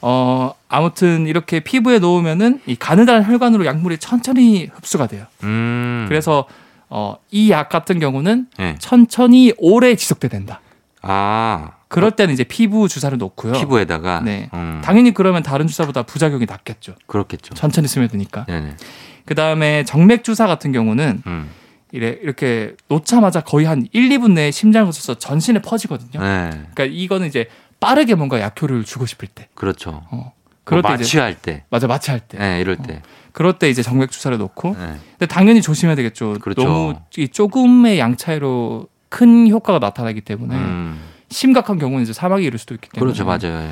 F: 어 아무튼 이렇게 피부에 놓으면은 이 가느다란 혈관으로 약물이 천천히 흡수가 돼요.
A: 음.
F: 그래서 어 이 약 같은 경우는
A: 네.
F: 천천히 오래 지속돼야 된다.
A: 아
F: 그럴 때는 이제 피부 주사를 놓고요.
A: 피부에다가.
F: 네.
A: 음,
F: 당연히 그러면 다른 주사보다 부작용이 낮겠죠.
A: 그렇겠죠.
F: 천천히 스며드니까.
A: 네네.
F: 그 다음에 정맥 주사 같은 경우는
A: 음.
F: 이래 이렇게 놓자마자 거의 한 1, 2분 내에 심장을 쳐서 전신에 퍼지거든요.
A: 네.
F: 그러니까 이거는 이제 빠르게 뭔가 약효를 주고 싶을 때.
A: 그렇죠. 뭐
F: 어. 그럴 때 이제
A: 마취할 때.
F: 맞아 마취할 때.
A: 네, 이럴
F: 어.
A: 때.
F: 그럴 때 이제 정맥 주사를 놓고.
A: 네.
F: 근데 당연히 조심해야 되겠죠.
A: 그렇죠.
F: 너무 이 조금의 양 차이로 큰 효과가 나타나기 때문에
A: 음.
F: 심각한 경우는 이제 사망이 이를 수도 있기 때문에
A: 그렇죠, 맞아요. 예.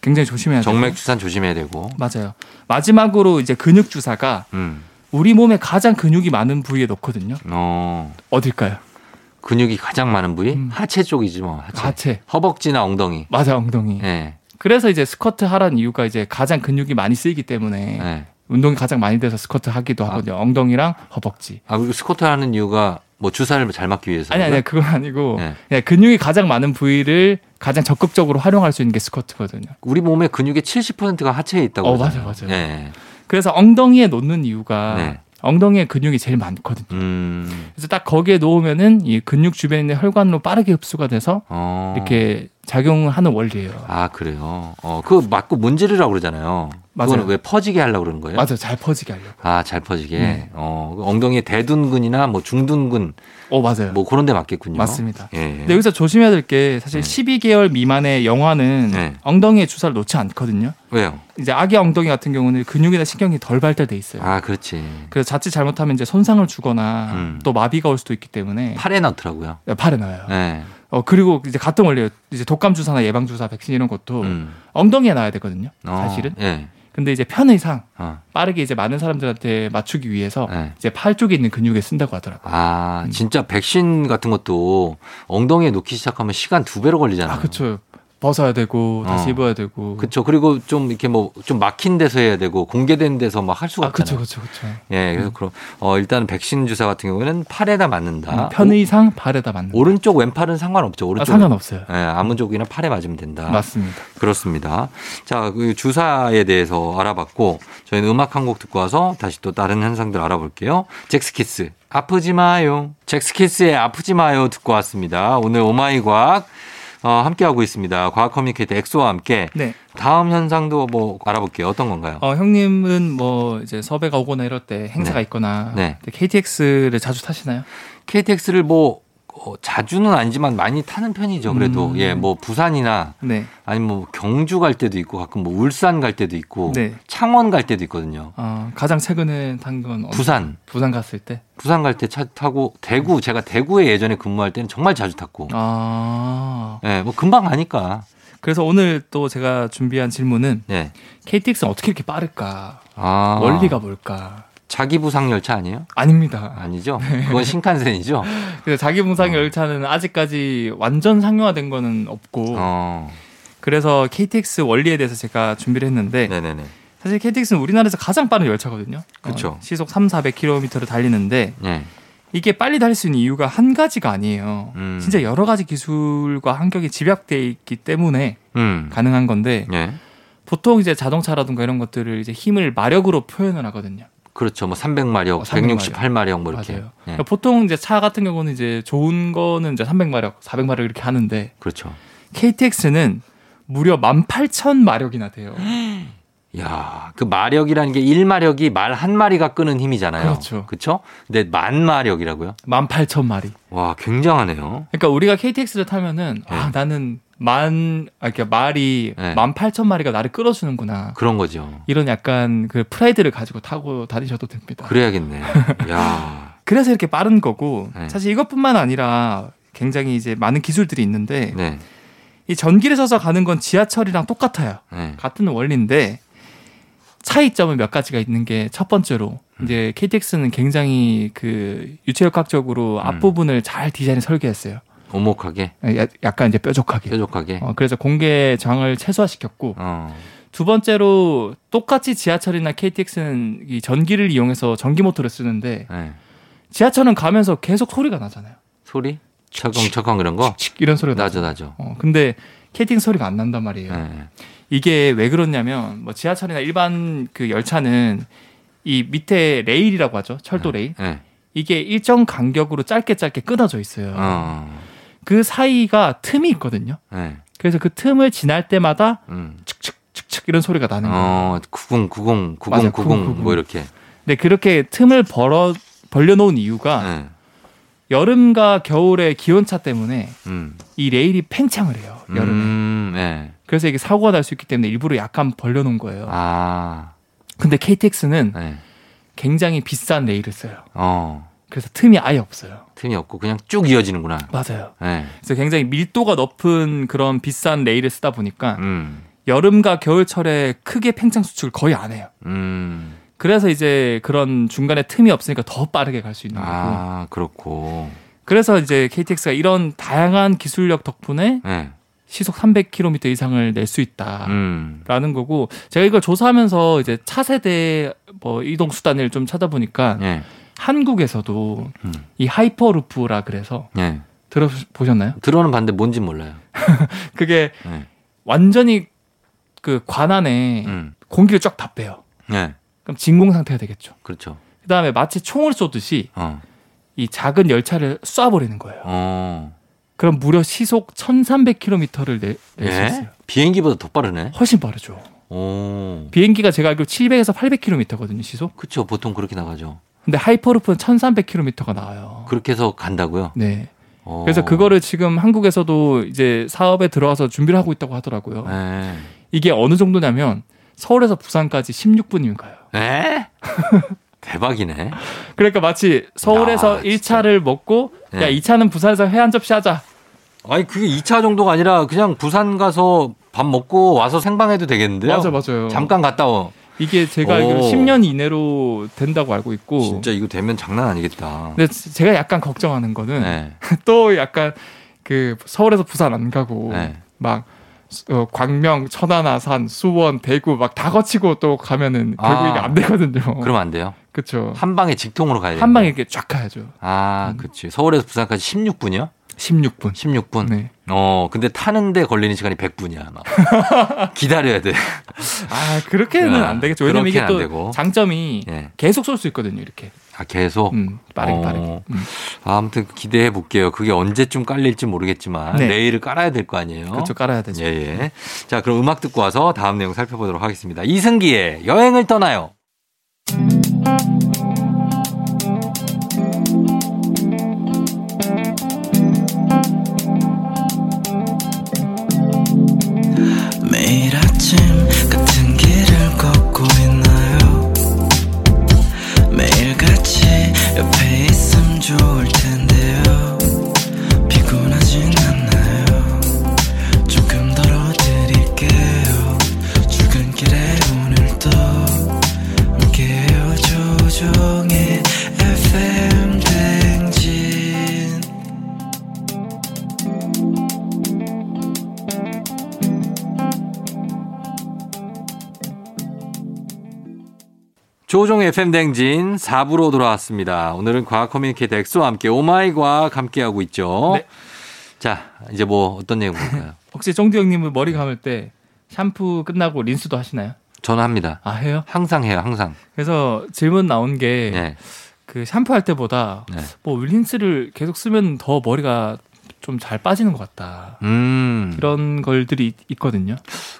F: 굉장히 조심해야 돼요.
A: 정맥 주산 조심해야 되고.
F: 맞아요. 마지막으로 이제 근육 주사가
A: 음.
F: 우리 몸에 가장 근육이 많은 부위에 놓거든요.
A: 어.
F: 어딜까요?
A: 근육이 가장 많은 부위?
F: 음.
A: 하체 쪽이지 뭐. 하체.
F: 하체.
A: 허벅지나 엉덩이.
F: 맞아 엉덩이.
A: 예. 네.
F: 그래서 이제 스쿼트 하라는 이유가 이제 가장 근육이 많이 쓰이기
A: 예.
F: 때문에
A: 네.
F: 운동이 가장 많이 돼서 스쿼트 하기도 하거든요. 엉덩이랑 허벅지.
A: 아 그리고 스쿼트 하는 이유가 뭐 주사를 잘 맞기 위해서.
F: 아니 아니 그건 아니고
A: 네.
F: 그냥 근육이 가장 많은 부위를 가장 적극적으로 활용할 수 있는 게 스쿼트거든요.
A: 우리 몸의 근육의 70%가 하체에 있다고.
F: 어,
A: 그러잖아요.
F: 맞아요, 맞아요.
A: 예.
F: 그래서 엉덩이에 놓는 이유가
A: 네.
F: 엉덩이에 근육이 제일 많거든요.
A: 음.
F: 그래서 딱 거기에 놓으면은 이 근육 주변에 있는 혈관으로 빠르게 흡수가 돼서
A: 어.
F: 이렇게 작용하는 원리예요.
A: 아 그래요. 어 그거 맞고 문지르라고 그러잖아요.
F: 맞아요.
A: 그거는 왜 퍼지게 하려고 그러는 거예요?
F: 맞아요. 잘 퍼지게 하려고.
A: 아, 잘 퍼지게.
F: 네.
A: 어, 그 엉덩이에 대둔근이나 뭐 중둔근
F: 어, 맞아요.
A: 뭐 그런 데 맞겠군요.
F: 맞습니다.
A: 예. 예.
F: 근데 여기서 조심해야 될 게 사실
A: 네.
F: 12개월 미만의 영화는
A: 네.
F: 엉덩이에 주사를 놓지 않거든요.
A: 왜요?
F: 이제 아기 엉덩이 같은 경우는 근육이나 신경이 덜 발달돼 있어요.
A: 아, 그렇지.
F: 그래서 자칫 잘못하면 이제 손상을 주거나
A: 음.
F: 또 마비가 올 수도 있기 때문에 네,
A: 팔에 넣더라고요.
F: 팔에 넣어요.
A: 예.
F: 어 그리고 이제 같은 원리예요. 이제 독감 주사나 예방 주사, 백신 이런 것도
A: 음.
F: 엉덩이에 놔야 되거든요.
A: 어,
F: 사실은.
A: 예.
F: 근데 이제 편의상
A: 어.
F: 빠르게 이제 많은 사람들한테 맞추기 위해서
A: 예.
F: 이제 팔 쪽에 있는 근육에 쓴다고 하더라고요.
A: 아,
F: 어. 음.
A: 진짜 백신 같은 것도 엉덩이에 놓기 시작하면 시간 두 배로 걸리잖아요.
F: 아, 그쵸. 벗어야 되고 다시
A: 어.
F: 입어야 되고.
A: 그쵸. 그리고 좀 이렇게 뭐 좀 막힌 데서 해야 되고 공개된 데서 막 할 수가
F: 아, 그쵸,
A: 없잖아요.
F: 그쵸, 그쵸. 음.
A: 예, 그래서 그럼 어 일단 백신 주사 같은 경우에는 팔에다 맞는다.
F: 음, 편의상 발에다 맞는.
A: 아, 오, 른쪽 왼팔은 상관없죠.
F: 아,
A: 오른쪽
F: 상관없어요.
A: 예, 아무 쪽이나 팔에 맞으면 된다.
F: 맞습니다.
A: 그렇습니다. 자, 그 주사에 대해서 알아봤고 저희는 음악 한 곡 듣고 와서 다시 또 다른 현상들 알아볼게요. 잭스키스 아프지 마요. 잭스키스의 아프지 마요 듣고 왔습니다. 오늘 오마이 과학 어, 함께하고 있습니다. 과학 커뮤니케이터 엑소와 함께
F: 네.
A: 다음 현상도 뭐 알아볼게요. 어떤 건가요?
F: 어, 형님은 뭐 이제 섭외가 오거나 이럴 때 행사가
A: 네.
F: 있거나
A: 네.
F: KTX를 자주 타시나요?
A: KTX를 뭐 어, 자주는 아니지만 많이 타는 편이죠. 그래도
F: 음.
A: 예, 뭐 부산이나
F: 네.
A: 아니면 뭐 경주 갈 때도 있고 가끔 뭐 울산 갈 때도 있고
F: 네.
A: 창원 갈 때도 있거든요.
F: 어, 가장 최근에 탄 건
A: 부산
F: 부산 갔을 때.
A: 부산 갈 때 차 타고 대구 제가 대구에 예전에 근무할 때는 정말 자주 탔고
F: 아.
A: 예 뭐 금방 가니까
F: 그래서 오늘 또 제가 준비한 질문은
A: 예
F: KTX는 어떻게 이렇게 빠를까?
A: 아,
F: 원리가 뭘까?
A: 자기 부상 열차 아니에요
F: 아닙니다.
A: 아니죠
F: 네.
A: 그건 신칸센이죠
F: 근데 자기 분상 열차는 아직까지 완전 상용화된 거는 없고
A: 어
F: 그래서 KTX 원리에 대해서 제가 준비를 했는데
A: 네네네
F: 사실 KTX는 우리나라에서 가장 빠른 열차거든요.
A: 그쵸.
F: 어, 시속 3, 400km를 달리는데
A: 예
F: 이게 빨리 달릴 수 있는 이유가 한 가지가 아니에요.
A: 음.
F: 진짜 여러 가지 기술과 환경이 집약돼 있기 때문에
A: 음.
F: 가능한 건데
A: 예
F: 보통 이제 자동차라든가 이런 것들을 이제 힘을 마력으로 표현을 하거든요.
A: 그렇죠 뭐 300마력
F: 어,
A: 168마력 뭐 이렇게
F: 맞아요.
A: 예,
F: 그러니까 보통 이제 차 같은 경우는 이제 좋은 거는 이제 300마력, 400마력 이렇게 하는데
A: 그렇죠
F: KTX는 무려 18,000마력이나 돼요.
A: 야그 마력이라는 게 1마력이 말 한 마리가 끄는 힘이잖아요
F: 그렇죠.
A: 그렇죠 근데 만 마력이라고요
F: 18,000마리.
A: 와 굉장하네요
F: 그러니까 우리가 KTX를 타면은 아,
A: 네.
F: 나는 만 아, 그러니까 말이
A: 네.
F: 18,000마리가 나를 끌어주는구나.
A: 그런 거죠
F: 이런 약간 그 프라이드를 가지고 타고 다니셔도 됩니다.
A: 그래야겠네 야
F: 그래서 이렇게 빠른 거고
A: 네.
F: 사실 이것뿐만 아니라 굉장히 이제 많은 기술들이 있는데
A: 네.
F: 이 전기를 써서 가는 건 지하철이랑 똑같아요.
A: 네.
F: 같은 원리인데 차이점은 몇 가지가 있는 게 첫 번째로
A: 음.
F: 이제 KTX는 굉장히 그 유체역학적으로
A: 음.
F: 앞부분을 잘 디자인 설계했어요.
A: 오목하게,
F: 야- 약간 이제 뾰족하게.
A: 뾰족하게. 네.
F: 어, 그래서 공개 장을 최소화시켰고
A: 어.
F: 두 번째로 똑같이 지하철이나 KTX는 이 전기를 이용해서 전기 모터를 쓰는데
A: 네.
F: 지하철은 가면서 계속 소리가 나잖아요.
A: 소리? 철컹철컹 그런 거?
F: 칙칙 이런 소리가 나죠.
A: 어. 나죠, 나죠.
F: 어, 근데 KTX 소리가 안 난단 말이에요.
A: 네.
F: 이게 왜 그렇냐면 뭐 지하철이나 일반 그 열차는 이 밑에 레일이라고 하죠. 철도 레일.
A: 네.
F: 이게 일정 간격으로 짧게 짧게 끊어져 있어요.
A: 어.
F: 그 사이가 틈이 있거든요.
A: 네.
F: 그래서 그 틈을 지날 때마다
A: 음.
F: 축축 이런 소리가 나는 거예요.
A: 어, 90, 90, 90,
F: 맞아,
A: 90,
F: 90.
A: 뭐 이렇게.
F: 근데 그렇게 틈을 벌어 벌려놓은 이유가
A: 네.
F: 여름과 겨울의 기온차 때문에
A: 음.
F: 이 레일이 팽창을 해요. 여름에.
A: 음, 네.
F: 그래서 이게 사고가 날 수 있기 때문에 일부러 약간 벌려놓은 거예요.
A: 아,
F: 근데 KTX는
A: 네.
F: 굉장히 비싼 레일을 써요.
A: 어.
F: 그래서 틈이 아예 없어요.
A: 틈이 없고 그냥 쭉 이어지는구나.
F: 맞아요.
A: 네.
F: 그래서 굉장히 밀도가 높은 그런 비싼 레일을 쓰다 보니까
A: 음.
F: 여름과 겨울철에 크게 팽창 수축을 거의 안 해요.
A: 음.
F: 그래서 이제 그런 중간에 틈이 없으니까 더 빠르게 갈 수 있는 거고.
A: 아, 그렇고.
F: 그래서 이제 KTX가 이런 다양한 기술력 덕분에
A: 네.
F: 시속 300km 이상을 낼 수 있다.
A: 음.
F: 라는 거고 제가 이걸 조사하면서 이제 차세대 뭐 이동 수단을 좀 찾아보니까
A: 예.
F: 한국에서도
A: 음.
F: 이 하이퍼루프라 그래서
A: 예.
F: 들어보셨나요?
A: 들어는 봤는데 뭔지 몰라요.
F: 그게
A: 네.
F: 완전히 그 관안에
A: 음.
F: 공기를 쫙 다 빼요.
A: 예.
F: 그럼 진공 상태가 되겠죠.
A: 그렇죠.
F: 그 다음에 마치 총을 쏘듯이
A: 어.
F: 이 작은 열차를 쏴버리는 거예요.
A: 어.
F: 그럼 무려 시속 1,300km를 낼 수
A: 예.
F: 있어요.
A: 비행기보다 더 빠르네.
F: 훨씬 빠르죠.
A: 오.
F: 비행기가 제가 알기로 700에서 800km거든요, 시속.
A: 그렇죠. 보통 그렇게 나가죠.
F: 근데 하이퍼루프는 1,300km가 나와요.
A: 그렇게 해서 간다고요.
F: 네.
A: 어.
F: 그래서 그거를 지금 한국에서도 이제 사업에 들어와서 준비를 하고 있다고 하더라고요.
A: 예.
F: 이게 어느 정도냐면 서울에서 부산까지 16분이면 가요.
A: 에? 예? 대박이네.
F: 그러니까 마치 서울에서
A: 야,
F: 일 1차를 먹고 야,
A: 네.
F: 2차는 부산에서 회한 접시 하자.
A: 아니 그게 2차 정도가 아니라 그냥 부산 가서 밥 먹고 와서 생방해도 되겠는데요.
F: 맞아 맞아요.
A: 네. 잠깐 갔다 오.
F: 이게 제가 알기로
A: 오.
F: 10년 이내로 된다고 알고 있고
A: 진짜 이거 되면 장난 아니겠다.
F: 근데 지- 제가 약간 걱정하는 거는
A: 네.
F: 또 약간 그 서울에서 부산 안 가고
A: 네.
F: 막 수- 어, 광명, 천안아산, 수원, 대구 막 다 거치고 또 가면은 결국
A: 아.
F: 이게 안 되거든요.
A: 그러면 안 돼요.
F: 그쵸.
A: 한 방에 직통으로 가야 돼요.
F: 어. 한 방에 이렇게 쫙 가야죠.
A: 아,
F: 네.
A: 그치. 서울에서 부산까지 16분이요?
F: 16분.
A: 16분.
F: 네.
A: 어, 근데 타는데 걸리는 시간이 100분이야, 아마. 기다려야 돼.
F: 아 그렇게는
A: 야,
F: 안 되겠죠. 왜냐면
A: 그렇게는
F: 이게
A: 안
F: 또
A: 되고.
F: 장점이
A: 예.
F: 계속 쏠 수 있거든요. 이렇게.
A: 아, 계속.
F: 음, 빠르게
A: 어.
F: 빠르게. 음.
A: 아무튼 기대해 볼게요. 그게 언제쯤 깔릴지 모르겠지만
F: 네.
A: 레일을 깔아야 될 거 아니에요.
F: 그렇죠. 깔아야 되죠.
A: 예, 예. 자, 그럼 음악 듣고 와서 다음 내용 살펴보도록 하겠습니다. 이승기의 여행을 떠나요.
D: 매일 아침 같은 길을 걷고 있나요 매일 같이 옆에 있음 좋을 텐데요 피곤하진 않나요 조금 덜어드릴게요 출근길에 오늘도 함께해요 조종의 FM 댕진
A: 조종의 FM 댕진 4부로 돌아왔습니다. 오늘은 과학 커뮤니케이터 엑소와 함께 오마이 과학 함께하고 있죠.
F: 네.
A: 자, 이제 뭐 어떤 내용 볼까요?
F: 혹시 정디 형님은 머리 감을 때 샴푸 끝나고 린스도 하시나요?
A: 저는 합니다.
F: 아 해요?
A: 항상 해요, 항상.
F: 그래서 질문 나온 게
A: 예.
F: 그 샴푸할 때보다
A: 네.
F: 뭐 린스를 계속 쓰면 더 머리가 좀 잘 빠지는 것 같다.
A: 음.
F: 이런 걸들이 있- 있거든요.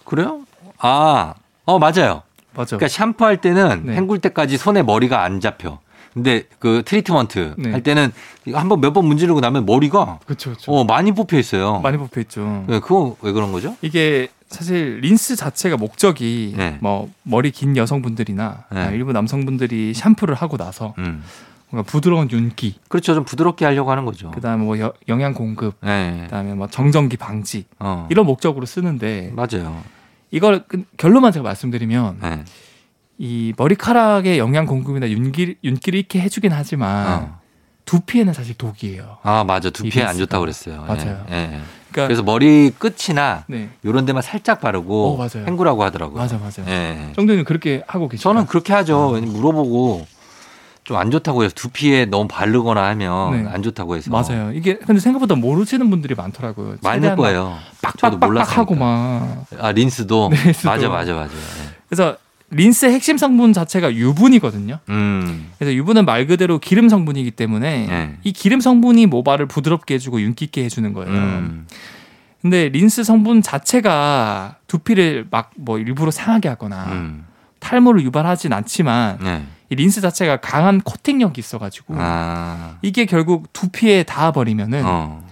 A: 그래요? 아, 어, 맞아요.
F: 맞아.
A: 그러니까 샴푸할 때는
F: 네.
A: 헹굴 때까지 손에 머리가 안 잡혀. 근데 그 트리트먼트
F: 네.
A: 할 때는 한 번 몇 번 문지르고 나면 머리가
F: 그렇죠. 그렇죠.
A: 어, 많이 뽑혀 있어요.
F: 많이 뽑혀 있죠.
A: 네, 그거 왜 그런 거죠?
F: 이게 사실 린스 자체가 목적이
A: 네.
F: 뭐 머리 긴 여성분들이나 아,
A: 네.
F: 일부 남성분들이 샴푸를 하고 나서
A: 음.
F: 뭔가 부드러운 윤기,
A: 그렇죠. 좀 부드럽게 하려고 하는 거죠.
F: 그다음에 뭐 여- 영양 공급,
A: 네.
F: 그다음에 뭐 정전기 방지
A: 어.
F: 이런 목적으로 쓰는데
A: 맞아요.
F: 이걸 그- 결론만 제가 말씀드리면
A: 네.
F: 이 머리카락에 영양 공급이나 윤기 윤기를 있게 해주긴 하지만
A: 어.
F: 두피에는 사실 독이에요.
A: 아, 맞아.
F: 이
A: 두피에 안
F: 린스가.
A: 좋다고 그랬어요. 예,
F: 맞아요.
A: 예.
F: 그러니까
A: 그래서 머리 끝이나
F: 네.
A: 이런 데만 살짝 바르고
F: 어, 맞아요.
A: 헹구라고 하더라고요.
F: 맞아 맞아. 요 어.
A: 예.
F: 정도님 그렇게 하고 계시죠?
A: 저는 그렇게 하죠. 왜냐면 물어보고 좀 안 좋다고 해서 두피에 너무 바르거나 하면
F: 네.
A: 안 좋다고 해서
F: 맞아요. 이게 근데 생각보다 모르시는 분들이 많더라고요.
A: 많을
F: 최대한
A: 거예요.
F: 막
A: 저도
F: 빡빡빡 하고
A: 몰랐으니까.
F: 막. 네,
A: 아 린스도
F: 린스도.
A: 맞아 맞아 맞아. 예.
F: 그래서 린스 핵심 성분 자체가 유분이거든요.
A: 음.
F: 그래서 유분은 말 그대로 기름 성분이기 때문에
A: 예.
F: 이 기름 성분이 모발을 부드럽게 해주고 윤기 있게 해주는 거예요.
A: 음.
F: 근데 린스 성분 자체가 두피를 막 뭐 일부러 상하게 하거나
A: 음.
F: 탈모를 유발하진 않지만
A: 네.
F: 이 린스 자체가 강한 코팅력이 있어가지고
A: 아.
F: 이게 결국 두피에 닿아버리면은
A: 어.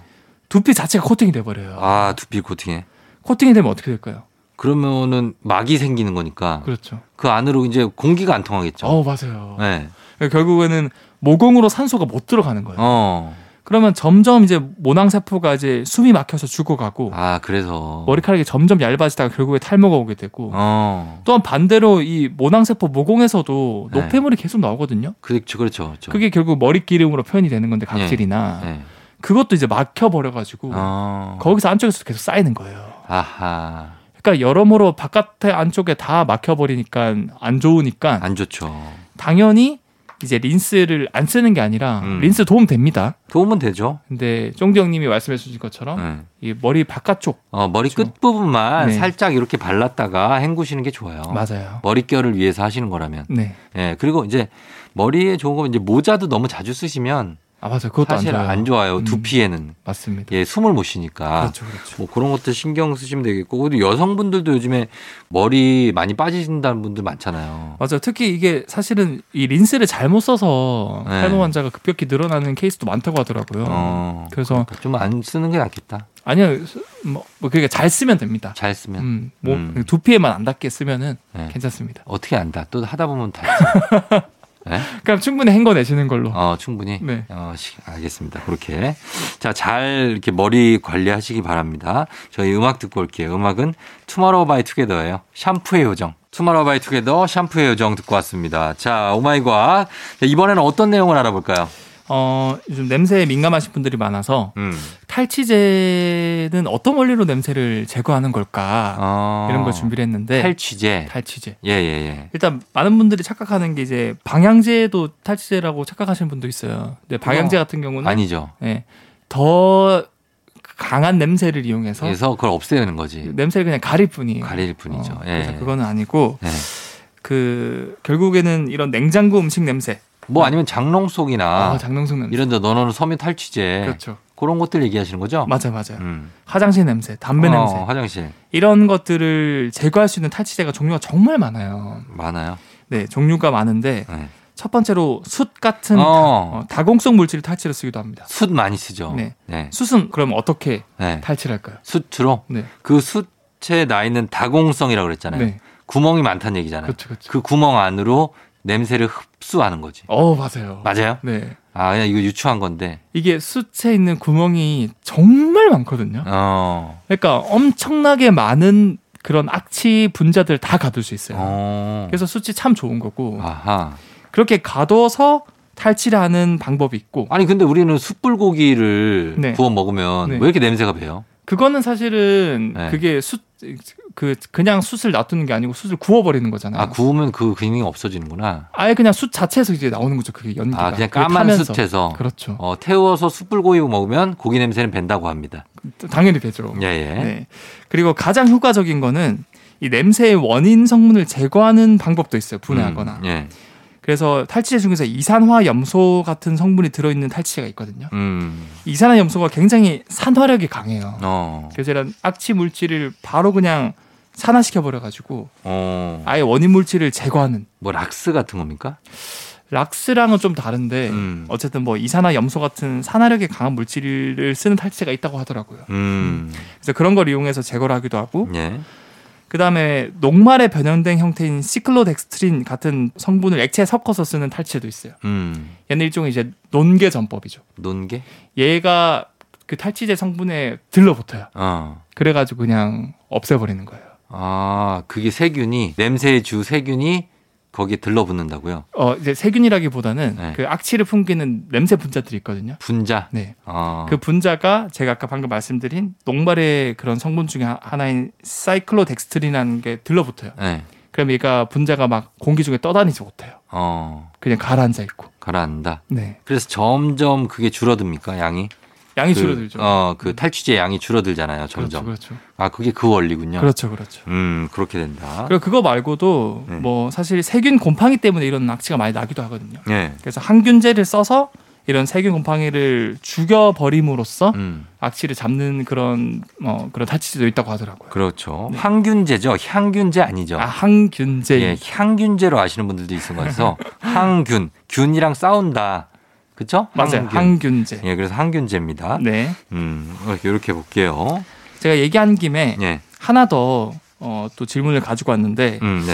F: 두피 자체가 코팅이 돼버려요.
A: 아 두피 코팅에.
F: 코팅이 되면 어떻게 될까요?
A: 그러면은 막이 생기는 거니까 그,
F: 그렇죠.
A: 안으로 이제 공기가 안 통하겠죠.
F: 어 맞아요.
A: 네.
F: 그러니까 결국에는 모공으로 산소가 못 들어가는 거예요.
A: 어.
F: 그러면 점점 이제 모낭 세포가 이제 숨이 막혀서 죽어가고
A: 아 그래서.
F: 머리카락이 점점 얇아지다가 결국에 탈모가 오게 되고
A: 어.
F: 또한 반대로 이 모낭세포 모공에서도
A: 네.
F: 노폐물이 계속 나오거든요.
A: 그렇죠 그렇죠. 그렇죠.
F: 그게 결국 머리 기름으로 표현이 되는 건데 각질이나
A: 네.
F: 그것도 이제 막혀 버려가지고
A: 어.
F: 거기서 안쪽에서 계속 쌓이는 거예요.
A: 아하.
F: 그러니까 여러모로 바깥에 안쪽에 다 막혀 버리니까 안 좋으니까
A: 안 좋죠.
F: 당연히 이제 린스를 안 쓰는 게 아니라
A: 음.
F: 린스 도움 됩니다.
A: 도움은 되죠.
F: 근데 쫑디 형님이 말씀해 주신 것처럼
A: 네.
F: 이 머리 바깥쪽
A: 어, 머리
F: 어? 그렇죠.
A: 끝 부분만
F: 네.
A: 살짝 이렇게 발랐다가 헹구시는 게 좋아요.
F: 어. 맞아요.
A: 머릿결을 위해서 하시는 거라면.
F: 네.
A: 예. 그리고 이제 머리에 좋은 건 이제 모자도 너무 자주 쓰시면
F: 아 맞아요. 그것도 안
A: 사실
F: 좋아요.
A: 안 좋아요.
F: 음.
A: 두피에는
F: 맞습니다.
A: 예, 숨을 못 쉬니까.
F: 그렇죠, 그렇죠.
A: 뭐 그런 것도 신경 쓰시면 되겠고 그리고 여성분들도 요즘에 머리 많이 빠지신다는 분들 많잖아요.
F: 맞아요. 특히 이게 사실은 이 린스를 잘못 써서
A: 네.
F: 탈모 환자가 급격히 늘어나는 케이스도 많다고 하더라고요.
A: 어.
F: 그래서
A: 좀 안 쓰는 게 낫겠다.
F: 아니요, 쓰- 뭐, 뭐 그러니까 잘 쓰면 됩니다.
A: 잘 쓰면
F: 음, 뭐
A: 음.
F: 두피에만 안 닿게 쓰면은
A: 네.
F: 괜찮습니다.
A: 어떻게 안다. 또 하다 보면 다. 네?
F: 그럼 그러니까 충분히 헹궈내시는 걸로.
A: 어, 충분히.
F: 네.
A: 어, 시- 알겠습니다. 그렇게. 자, 잘 이렇게 머리 관리하시기 바랍니다. 저희 음악 듣고 올게요. 음악은 투마로우 바이 투게더예요. 샴푸의 요정. 투마로우 바이 투게더 샴푸의 요정 듣고 왔습니다. 자, 오마이갓. 자, 이번에는 어떤 내용을 알아볼까요?
F: 어, 요즘 냄새에 민감하신 분들이 많아서
A: 음.
F: 탈취제는 어떤 원리로 냄새를 제거하는 걸까
A: 어,
F: 이런 걸 준비를 했는데
A: 탈취제.
F: 탈취제.
A: 예, 예, 예.
F: 일단 많은 분들이 착각하는 게 이제 방향제도 탈취제라고 착각하시는 분도 있어요. 근데 방향제 같은 경우는
A: 아니죠.
F: 예. 더 강한 냄새를 이용해서
A: 그래서 그걸 없애는 거지.
F: 냄새를 그냥 가릴 뿐이에요.
A: 가릴 뿐이죠.
F: 어,
A: 예.
F: 그래서 그거는 아니고
A: 예.
F: 그 결국에는 이런 냉장고 음식 냄새,
A: 뭐 아니면 장롱 속이나
F: 어, 장롱숙 냄새,
A: 이런 데 넣어놓은 섬유 탈취제.
F: 그렇죠.
A: 그런 것들 얘기하시는 거죠?
F: 맞아 맞아. 요
A: 음.
F: 화장실 냄새, 담배
A: 어,
F: 냄새
A: 화장실
F: 이런 것들을 제거할 수 있는 탈취제가 종류가 정말 많아요.
A: 많아요.
F: 네, 종류가 많은데
A: 네.
F: 첫 번째로 숯 같은
A: 어.
F: 다, 공성 물질을 탈취로 쓰기도 합니다.
A: 숯 많이 쓰죠.
F: 네.
A: 네.
F: 숯은 그럼 어떻게
A: 네.
F: 탈취할까요?
A: 숯으로
F: 네,
A: 그 숯에 나 있는 다공성이라고 그랬잖아요.
F: 네,
A: 구멍이 많다는 얘기잖아요.
F: 그렇죠, 그렇죠.
A: 그 구멍 안으로 냄새를 흡수하는 거지.
F: 어 맞아요.
A: 맞아요?
F: 네,
A: 아 그냥 이거 유추한 건데.
F: 이게 숯에 있는 구멍이 정말 많거든요.
A: 어.
F: 그러니까 엄청나게 많은 그런 악취 분자들 다 가둘 수 있어요.
A: 어.
F: 네. 그래서 뭐 숯이 참 좋은 거고
A: 아하.
F: 그렇게 가둬서 탈취를 하는 방법이 있고
A: 아니 근데 우리는 숯불고기를
F: 네.
A: 구워 먹으면
F: 네.
A: 왜 이렇게 냄새가 배요?
F: 그거는 사실은
A: 네.
F: 그게 숯그 그냥 숯을 놔두는 게 아니고 숯을 구워버리는 거잖아요.
A: 아 구우면 그 기능이 없어지는구나.
F: 아예 그냥 숯 자체에서 이제 나오는 거죠. 그게 연기가
A: 아 그냥
F: 그러니까 그게
A: 까만
F: 타면서.
A: 숯에서
F: 그렇죠.
A: 어, 태워서 숯불고기 먹으면 고기 냄새는 밴다고 합니다.
F: 당연히 되죠.
A: 예예.
F: 네. 그리고 가장 효과적인 거는 이 냄새의 원인 성분을 제거하는 방법도 있어요. 분해하거나.
A: 음, 예.
F: 그래서 탈취제 중에서 이산화 염소 같은 성분이 들어있는 탈취제가 있거든요.
A: 음.
F: 이산화 염소가 굉장히 산화력이 강해요.
A: 어.
F: 그래서 이런 악취 물질을 바로 그냥 산화시켜 버려가지고
A: 어.
F: 아예 원인 물질을 제거하는
A: 뭐 락스 같은 겁니까?
F: 락스랑은 좀 다른데
A: 음.
F: 어쨌든 뭐 이산화 염소 같은 산화력이 강한 물질을 쓰는 탈취제가 있다고 하더라고요.
A: 음.
F: 그래서 그런 걸 이용해서 제거를 하기도 하고
A: 예.
F: 그다음에 녹말에 변형된 형태인 시클로덱스트린 같은 성분을 액체에 섞어서 쓰는 탈취제도 있어요.
A: 음.
F: 얘는 일종의 이제 논개 전법이죠.
A: 논개?
F: 얘가 그 탈취제 성분에 들러붙어요.
A: 어.
F: 그래가지고 그냥 없애버리는 거예요.
A: 아, 그게 세균이 냄새의 주 세균이 거기에 들러붙는다고요?
F: 어 이제 세균이라기보다는
A: 네.
F: 그 악취를 풍기는 냄새 분자들이 있거든요.
A: 분자.
F: 네.
A: 어.
F: 그 분자가 제가 아까 방금 말씀드린 녹말의 그런 성분 중에 하- 하나인 사이클로덱스트린이라는 게 들러붙어요.
A: 네.
F: 그럼 얘가 분자가 막 공기 중에 떠다니지 못해요.
A: 어.
F: 그냥 가라앉아 있고.
A: 가라앉는다.
F: 네.
A: 그래서 점점 그게 줄어듭니까? 양이?
F: 양이
A: 그,
F: 줄어들죠. 음.
A: 어, 그 탈취제 양이 줄어들잖아요, 점점.
F: 그렇죠.
A: 아, 그게 그 원리군요.
F: 그렇죠. 그렇죠. 그렇죠.
A: 음, 그렇게 된다.
F: 그리고 그거 말고도
A: 네.
F: 뭐 사실 세균 곰팡이 때문에 이런 악취가 많이 나기도 하거든요.
A: 예.
F: 그래서 항균제를 써서 이런 세균 곰팡이를 죽여 버림으로써
A: 음,
F: 악취를 잡는 그런 어 그런 탈취제도 있다고 하더라고요.
A: 그렇죠. 항균제죠. 향균제 아니죠.
F: 네. 아 항균제.
A: 예, 향균제로 아시는 분들도 있을 것 같아서 항균, 균이랑 싸운다. 그렇죠?
F: 맞아요. 항균제.
A: 예, 그래서 항균제입니다.
F: 네.
A: 음, 이렇게 볼게요.
F: 제가 얘기한 김에
A: 예.
F: 하나 더 어, 또 질문을 가지고 왔는데
A: 음, 네.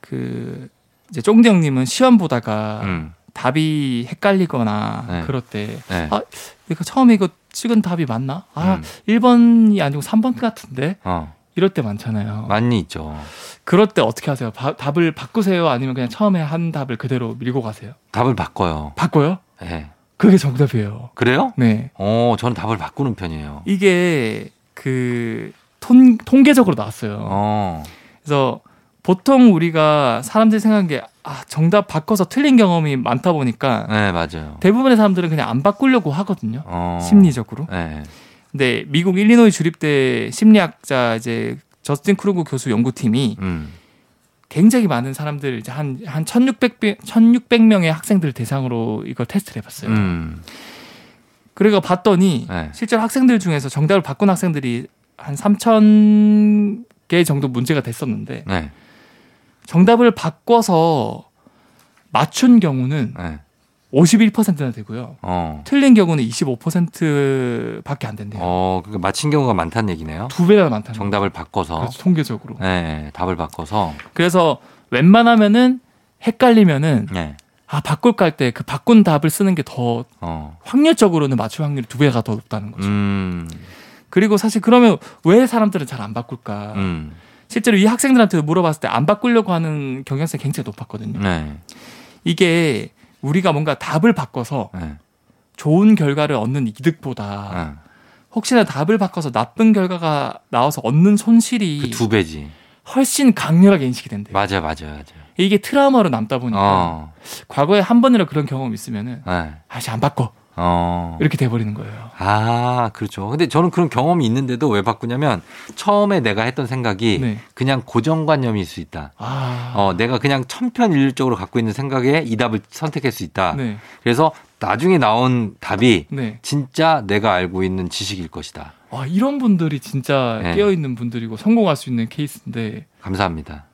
F: 그 이제 쫑대 형님은 시험 보다가
A: 음.
F: 답이 헷갈리거나
A: 네.
F: 그럴 때
A: 네.
F: 아, 내가 처음에 이거 찍은 답이 맞나? 아,
A: 음.
F: 1번이 아니고 3번 같은데?
A: 어,
F: 이럴 때 많잖아요.
A: 많이 있죠.
F: 그럴 때 어떻게 하세요? 바- 답을 바꾸세요? 아니면 그냥 처음에 한 답을 그대로 밀고 가세요?
A: 답을 바꿔요.
F: 바꿔요?
A: 예.
F: 그게 정답이에요.
A: 그래요?
F: 네.
A: 어, 저는 답을 바꾸는 편이에요.
F: 이게 그 통, 통계적으로 나왔어요.
A: 어.
F: 그래서 보통 우리가 사람들이 생각한 게 아, 정답 바꿔서 틀린 경험이 많다 보니까
A: 네, 맞아요.
F: 대부분의 사람들은 그냥 안 바꾸려고 하거든요.
A: 어.
F: 심리적으로.
A: 네.
F: 근데 미국 일리노이 주립대 심리학자 이제 저스틴 크루그 교수 연구팀이
A: 음. 굉장히
F: 굉장히 많은 사람들 이제 한한 1,600 1,600명의 학생들 을 대상으로 이걸 테스트를 해봤어요.
A: 음.
F: 그리고 봤더니
A: 네.
F: 실제로 학생들 중에서 정답을 바꾼 학생들이 한 3,000개 정도 문제가 됐었는데
A: 네.
F: 정답을 바꿔서 맞춘 경우는
A: 네.
F: 51%나 되고요.
A: 어.
F: 틀린 경우는 25%밖에 안 된대요.
A: 어, 그러니까 맞힌 경우가 많다는 얘기네요.
F: 두 배나 많다는 거예요.
A: 정답을 어. 바꿔서.
F: 그렇죠, 통계적으로.
A: 네, 답을 바꿔서.
F: 그래서 웬만하면은 헷갈리면은
A: 네.
F: 아 바꿀까 할 때 그 바꾼 답을 쓰는 게 더
A: 어.
F: 확률적으로는 맞출 확률이 두 배가 더 높다는 거죠.
A: 음.
F: 그리고 사실 그러면 왜 사람들은 잘 안 바꿀까?
A: 음.
F: 실제로 이 학생들한테 물어봤을 때 안 바꾸려고 하는 경향성이 굉장히 높았거든요.
A: 네.
F: 이게 우리가 뭔가 답을 바꿔서
A: 네.
F: 좋은 결과를 얻는 이득보다
A: 네.
F: 혹시나 답을 바꿔서 나쁜 결과가 나와서 얻는 손실이
A: 그두 배지.
F: 훨씬 강렬하게 인식이 된대요.
A: 맞아, 맞아, 맞아.
F: 이게 트라우마로 남다 보니까
A: 어.
F: 과거에 한 번이라 그런 경험이 있으면은
A: 네.
F: 아씨 안 바꿔
A: 어.
F: 이렇게 돼버리는 거예요.
A: 아, 그렇죠. 근데 저는 그런 경험이 있는데도 왜 바꾸냐면 처음에 내가 했던 생각이
F: 네.
A: 그냥 고정관념일 수 있다.
F: 아.
A: 예. 어, 내가 그냥 천편일률적으로 갖고 있는 생각에 이 답을 선택할 수 있다.
F: 네.
A: 그래서 나중에 나온 답이
F: 네.
A: 진짜 내가 알고 있는 지식일 것이다.
F: 와, 이런 분들이 진짜
A: 네.
F: 깨어 있는 분들이고 성공할 수 있는 케이스인데.
A: 감사합니다.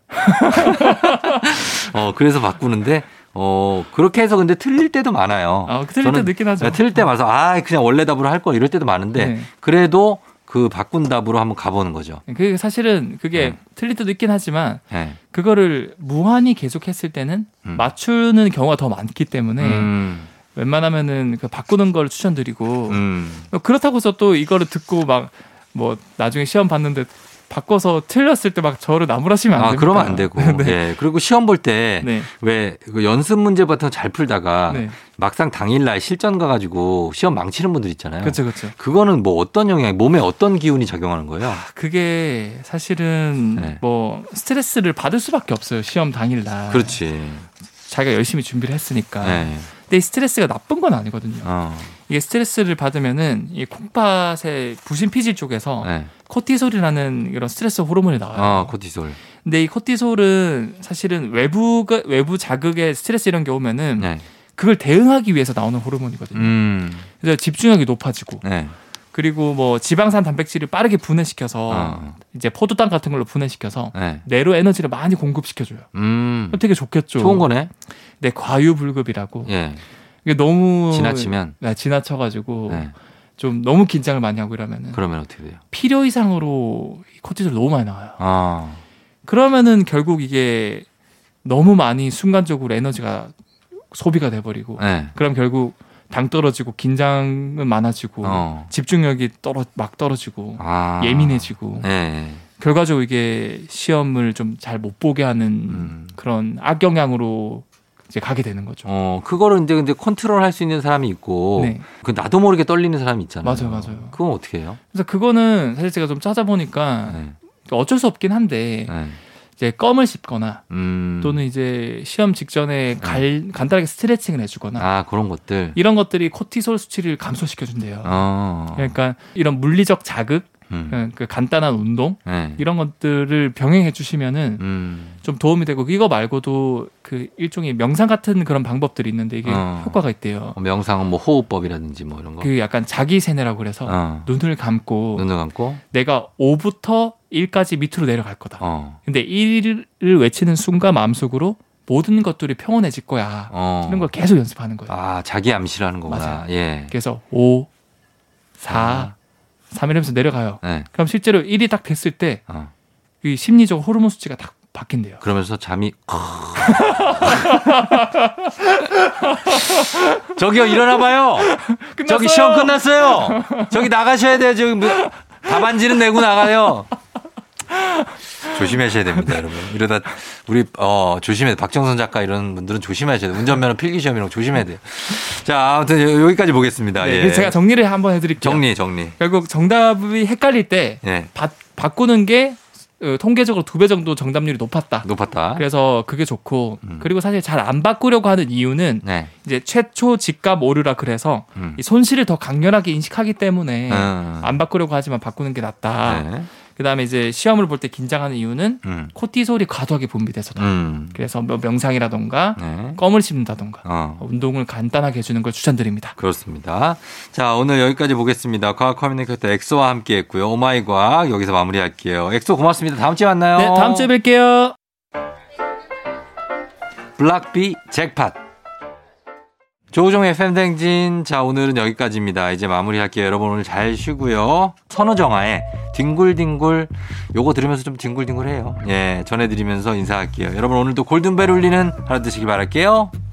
A: 어, 그래서 바꾸는데 어, 그렇게 해서 근데 틀릴 때도 많아요.
F: 아, 그 틀릴 때
A: 저는
F: 늦긴 하죠.
A: 네, 틀릴 때 와서 아, 그냥 원래 답으로 할 걸 이럴 때도 많은데
F: 네.
A: 그래도 그 바꾼 답으로 한번 가보는 거죠.
F: 그 사실은 그게
A: 네.
F: 틀릴 때도 있긴 하지만
A: 네.
F: 그거를 무한히 계속했을 때는
A: 음.
F: 맞추는 경우가 더 많기 때문에
A: 음,
F: 웬만하면은 그 바꾸는 걸 추천드리고 어,
A: 음.
F: 그렇다고 해서 또 이거를 듣고 막 뭐 나중에 시험 봤는데 바꿔서 틀렸을 때 막 저를 나무라시면 안
A: 아,
F: 됩니다.
A: 그러면 안 되고.
F: 네.
A: 예. 그리고 시험 볼 때 왜그
F: 네.
A: 연습 문제 같은 거 잘 풀다가
F: 네.
A: 막상 당일날 실전 가가지고 시험 망치는 분들 있잖아요.
F: 그렇죠. 그렇죠.
A: 거는뭐 어떤 영향, 몸에 어떤 기운이 작용하는
F: 아,
A: 거예요?
F: 그게 사실은
A: 네.
F: 뭐 스트레스를 받을 수밖에 없어요. 시험 당일 날.
A: 그렇지.
F: 자기가 열심히 준비를 했으니까.
A: 네.
F: 근데 이 스트레스가 나쁜 건 아니거든요.
A: 어.
F: 이게 스트레스를 받으면은 이 콩팥의 부신 피질 쪽에서
A: 네.
F: 코티솔이라는 이런 스트레스 호르몬이 나와요.
A: 어, 코티솔.
F: 근데 이 코티솔은 사실은 외부 그, 외부 자극에 스트레스 이런 게 오면은
A: 네.
F: 그걸 대응하기 위해서 나오는 호르몬이거든요.
A: 음.
F: 그래서 집중력이 높아지고
A: 네.
F: 그리고 뭐 지방산 단백질을 빠르게 분해시켜서
A: 어.
F: 이제 포도당 같은 걸로 분해시켜서
A: 네.
F: 뇌로 에너지를 많이 공급시켜줘요.
A: 음.
F: 그럼 되게 좋겠죠.
A: 좋은 거네.
F: 네, 과유불급이라고.
A: 예.
F: 이게 너무
A: 지나치면.
F: 네, 지나쳐가지고
A: 네.
F: 좀 너무 긴장을 많이 하고 이러면은
A: 그러면 어떻게 돼요?
F: 필요 이상으로 이 코티솔 너무 많이 나와요.
A: 아.
F: 그러면은 결국 이게 너무 많이 순간적으로 에너지가 소비가 돼버리고
A: 네.
F: 그럼 결국 당 떨어지고 긴장은 많아지고
A: 어.
F: 집중력이 떨어 막 떨어지고
A: 아.
F: 예민해지고
A: 네.
F: 결과적으로 이게 시험을 좀 잘 못 보게 하는
A: 음.
F: 그런 악영향으로 이제 가게 되는 거죠.
A: 어, 그거를 이제 근데 컨트롤 할 수 있는 사람이 있고,
F: 네.
A: 그 나도 모르게 떨리는 사람이 있잖아요.
F: 맞아요, 맞아요.
A: 그건 어떻게 해요?
F: 그래서 그거는 사실 제가 좀 찾아보니까
A: 네.
F: 어쩔 수 없긴 한데
A: 네.
F: 이제 껌을 씹거나
A: 음.
F: 예.
A: 네.
F: 또는 이제 시험 직전에 갈- 간단하게 스트레칭을 해주거나
A: 아, 그런 것들.
F: 이런 것들이 코티솔 수치를 감소시켜준대요.
A: 어.
F: 그러니까 이런 물리적 자극,
A: 음.
F: 그 간단한 운동
A: 네.
F: 이런 것들을 병행해 주시면은
A: 음.
F: 좀 도움이 되고 이거 말고도 그 일종의 명상 같은 그런 방법들이 있는데 이게
A: 어.
F: 효과가 있대요.
A: 어, 명상은 뭐 호흡법이라든지 뭐 이런 거.
F: 그 약간 자기 세뇌라고 그래서
A: 어.
F: 눈을 감고
A: 눈을 감고.
F: 내가 5부터 1까지 밑으로 내려갈 거다.
A: 어.
F: 근데 1을 외치는 순간 마음속으로 모든 것들이 평온해질 거야.
A: 어.
F: 이런 걸 계속 연습하는 거예요.
A: 아, 자기 암시를 하는 거구나.
F: 맞아요.
A: 예.
F: 그래서 5, 4, 3 이러면서 내려가요.
A: 아. 네.
F: 그럼 실제로 1이 딱 됐을 때 이
A: 어.
F: 심리적 호르몬 수치가 딱 바뀐대요.
A: 그러면서 잠이 저기요 일어나 봐요. 저기 시험 끝났어요. 저기 나가셔야 돼요. 지금 뭐, 답안지는 내고 나가요. 조심하셔야 됩니다, 여러분. 이러다 우리 어 조심해. 박정선 작가 이런 분들은 조심하셔야 돼요. 운전면허 필기 시험 이런 거 조심해야 돼요. 자, 아무튼 여- 여기까지 보겠습니다.
F: 네,
A: 예.
F: 그래서 제가 정리를 한번 해드릴게요.
A: 정리 정리.
F: 결국 정답이 헷갈릴 때
A: 예.
F: 바, 바꾸는 게 어, 통계적으로 두 배 정도 정답률이 높았다.
A: 높았다.
F: 그래서 그게 좋고
A: 음.
F: 그리고 사실 잘 안 바꾸려고 하는 이유는
A: 네.
F: 이제 최초 집값 오류라 그래서
A: 음.
F: 이 손실을 더 강렬하게 인식하기 때문에
A: 음.
F: 안 바꾸려고 하지만 바꾸는 게 낫다.
A: 네.
F: 그다음에 이제 시험을 볼 때 긴장하는 이유는
A: 음.
F: 코티솔이 과도하게 분비돼서다.
A: 음.
F: 그래서 뭐 명상이라던가
A: 네.
F: 껌을 씹는다던가
A: 어.
F: 운동을 간단하게 해주는 걸 추천드립니다.
A: 그렇습니다. 자, 오늘 여기까지 보겠습니다. 과학 커뮤니케이터 엑소와 함께 했고요. 오마이 과학 여기서 마무리할게요. 엑소 고맙습니다. 다음 주에 만나요.
F: 네, 다음 주에 뵐게요.
A: 블락비 잭팟. 조우종의 팬댕진. 자, 오늘은 여기까지입니다. 이제 마무리할게요. 여러분 오늘 잘 쉬고요. 선우정아의 뒹굴뒹굴. 요거 들으면서 좀 뒹굴뒹굴 해요. 예, 전해드리면서 인사할게요. 여러분 오늘도 골든벨 울리는 하루 되시길 바랄게요.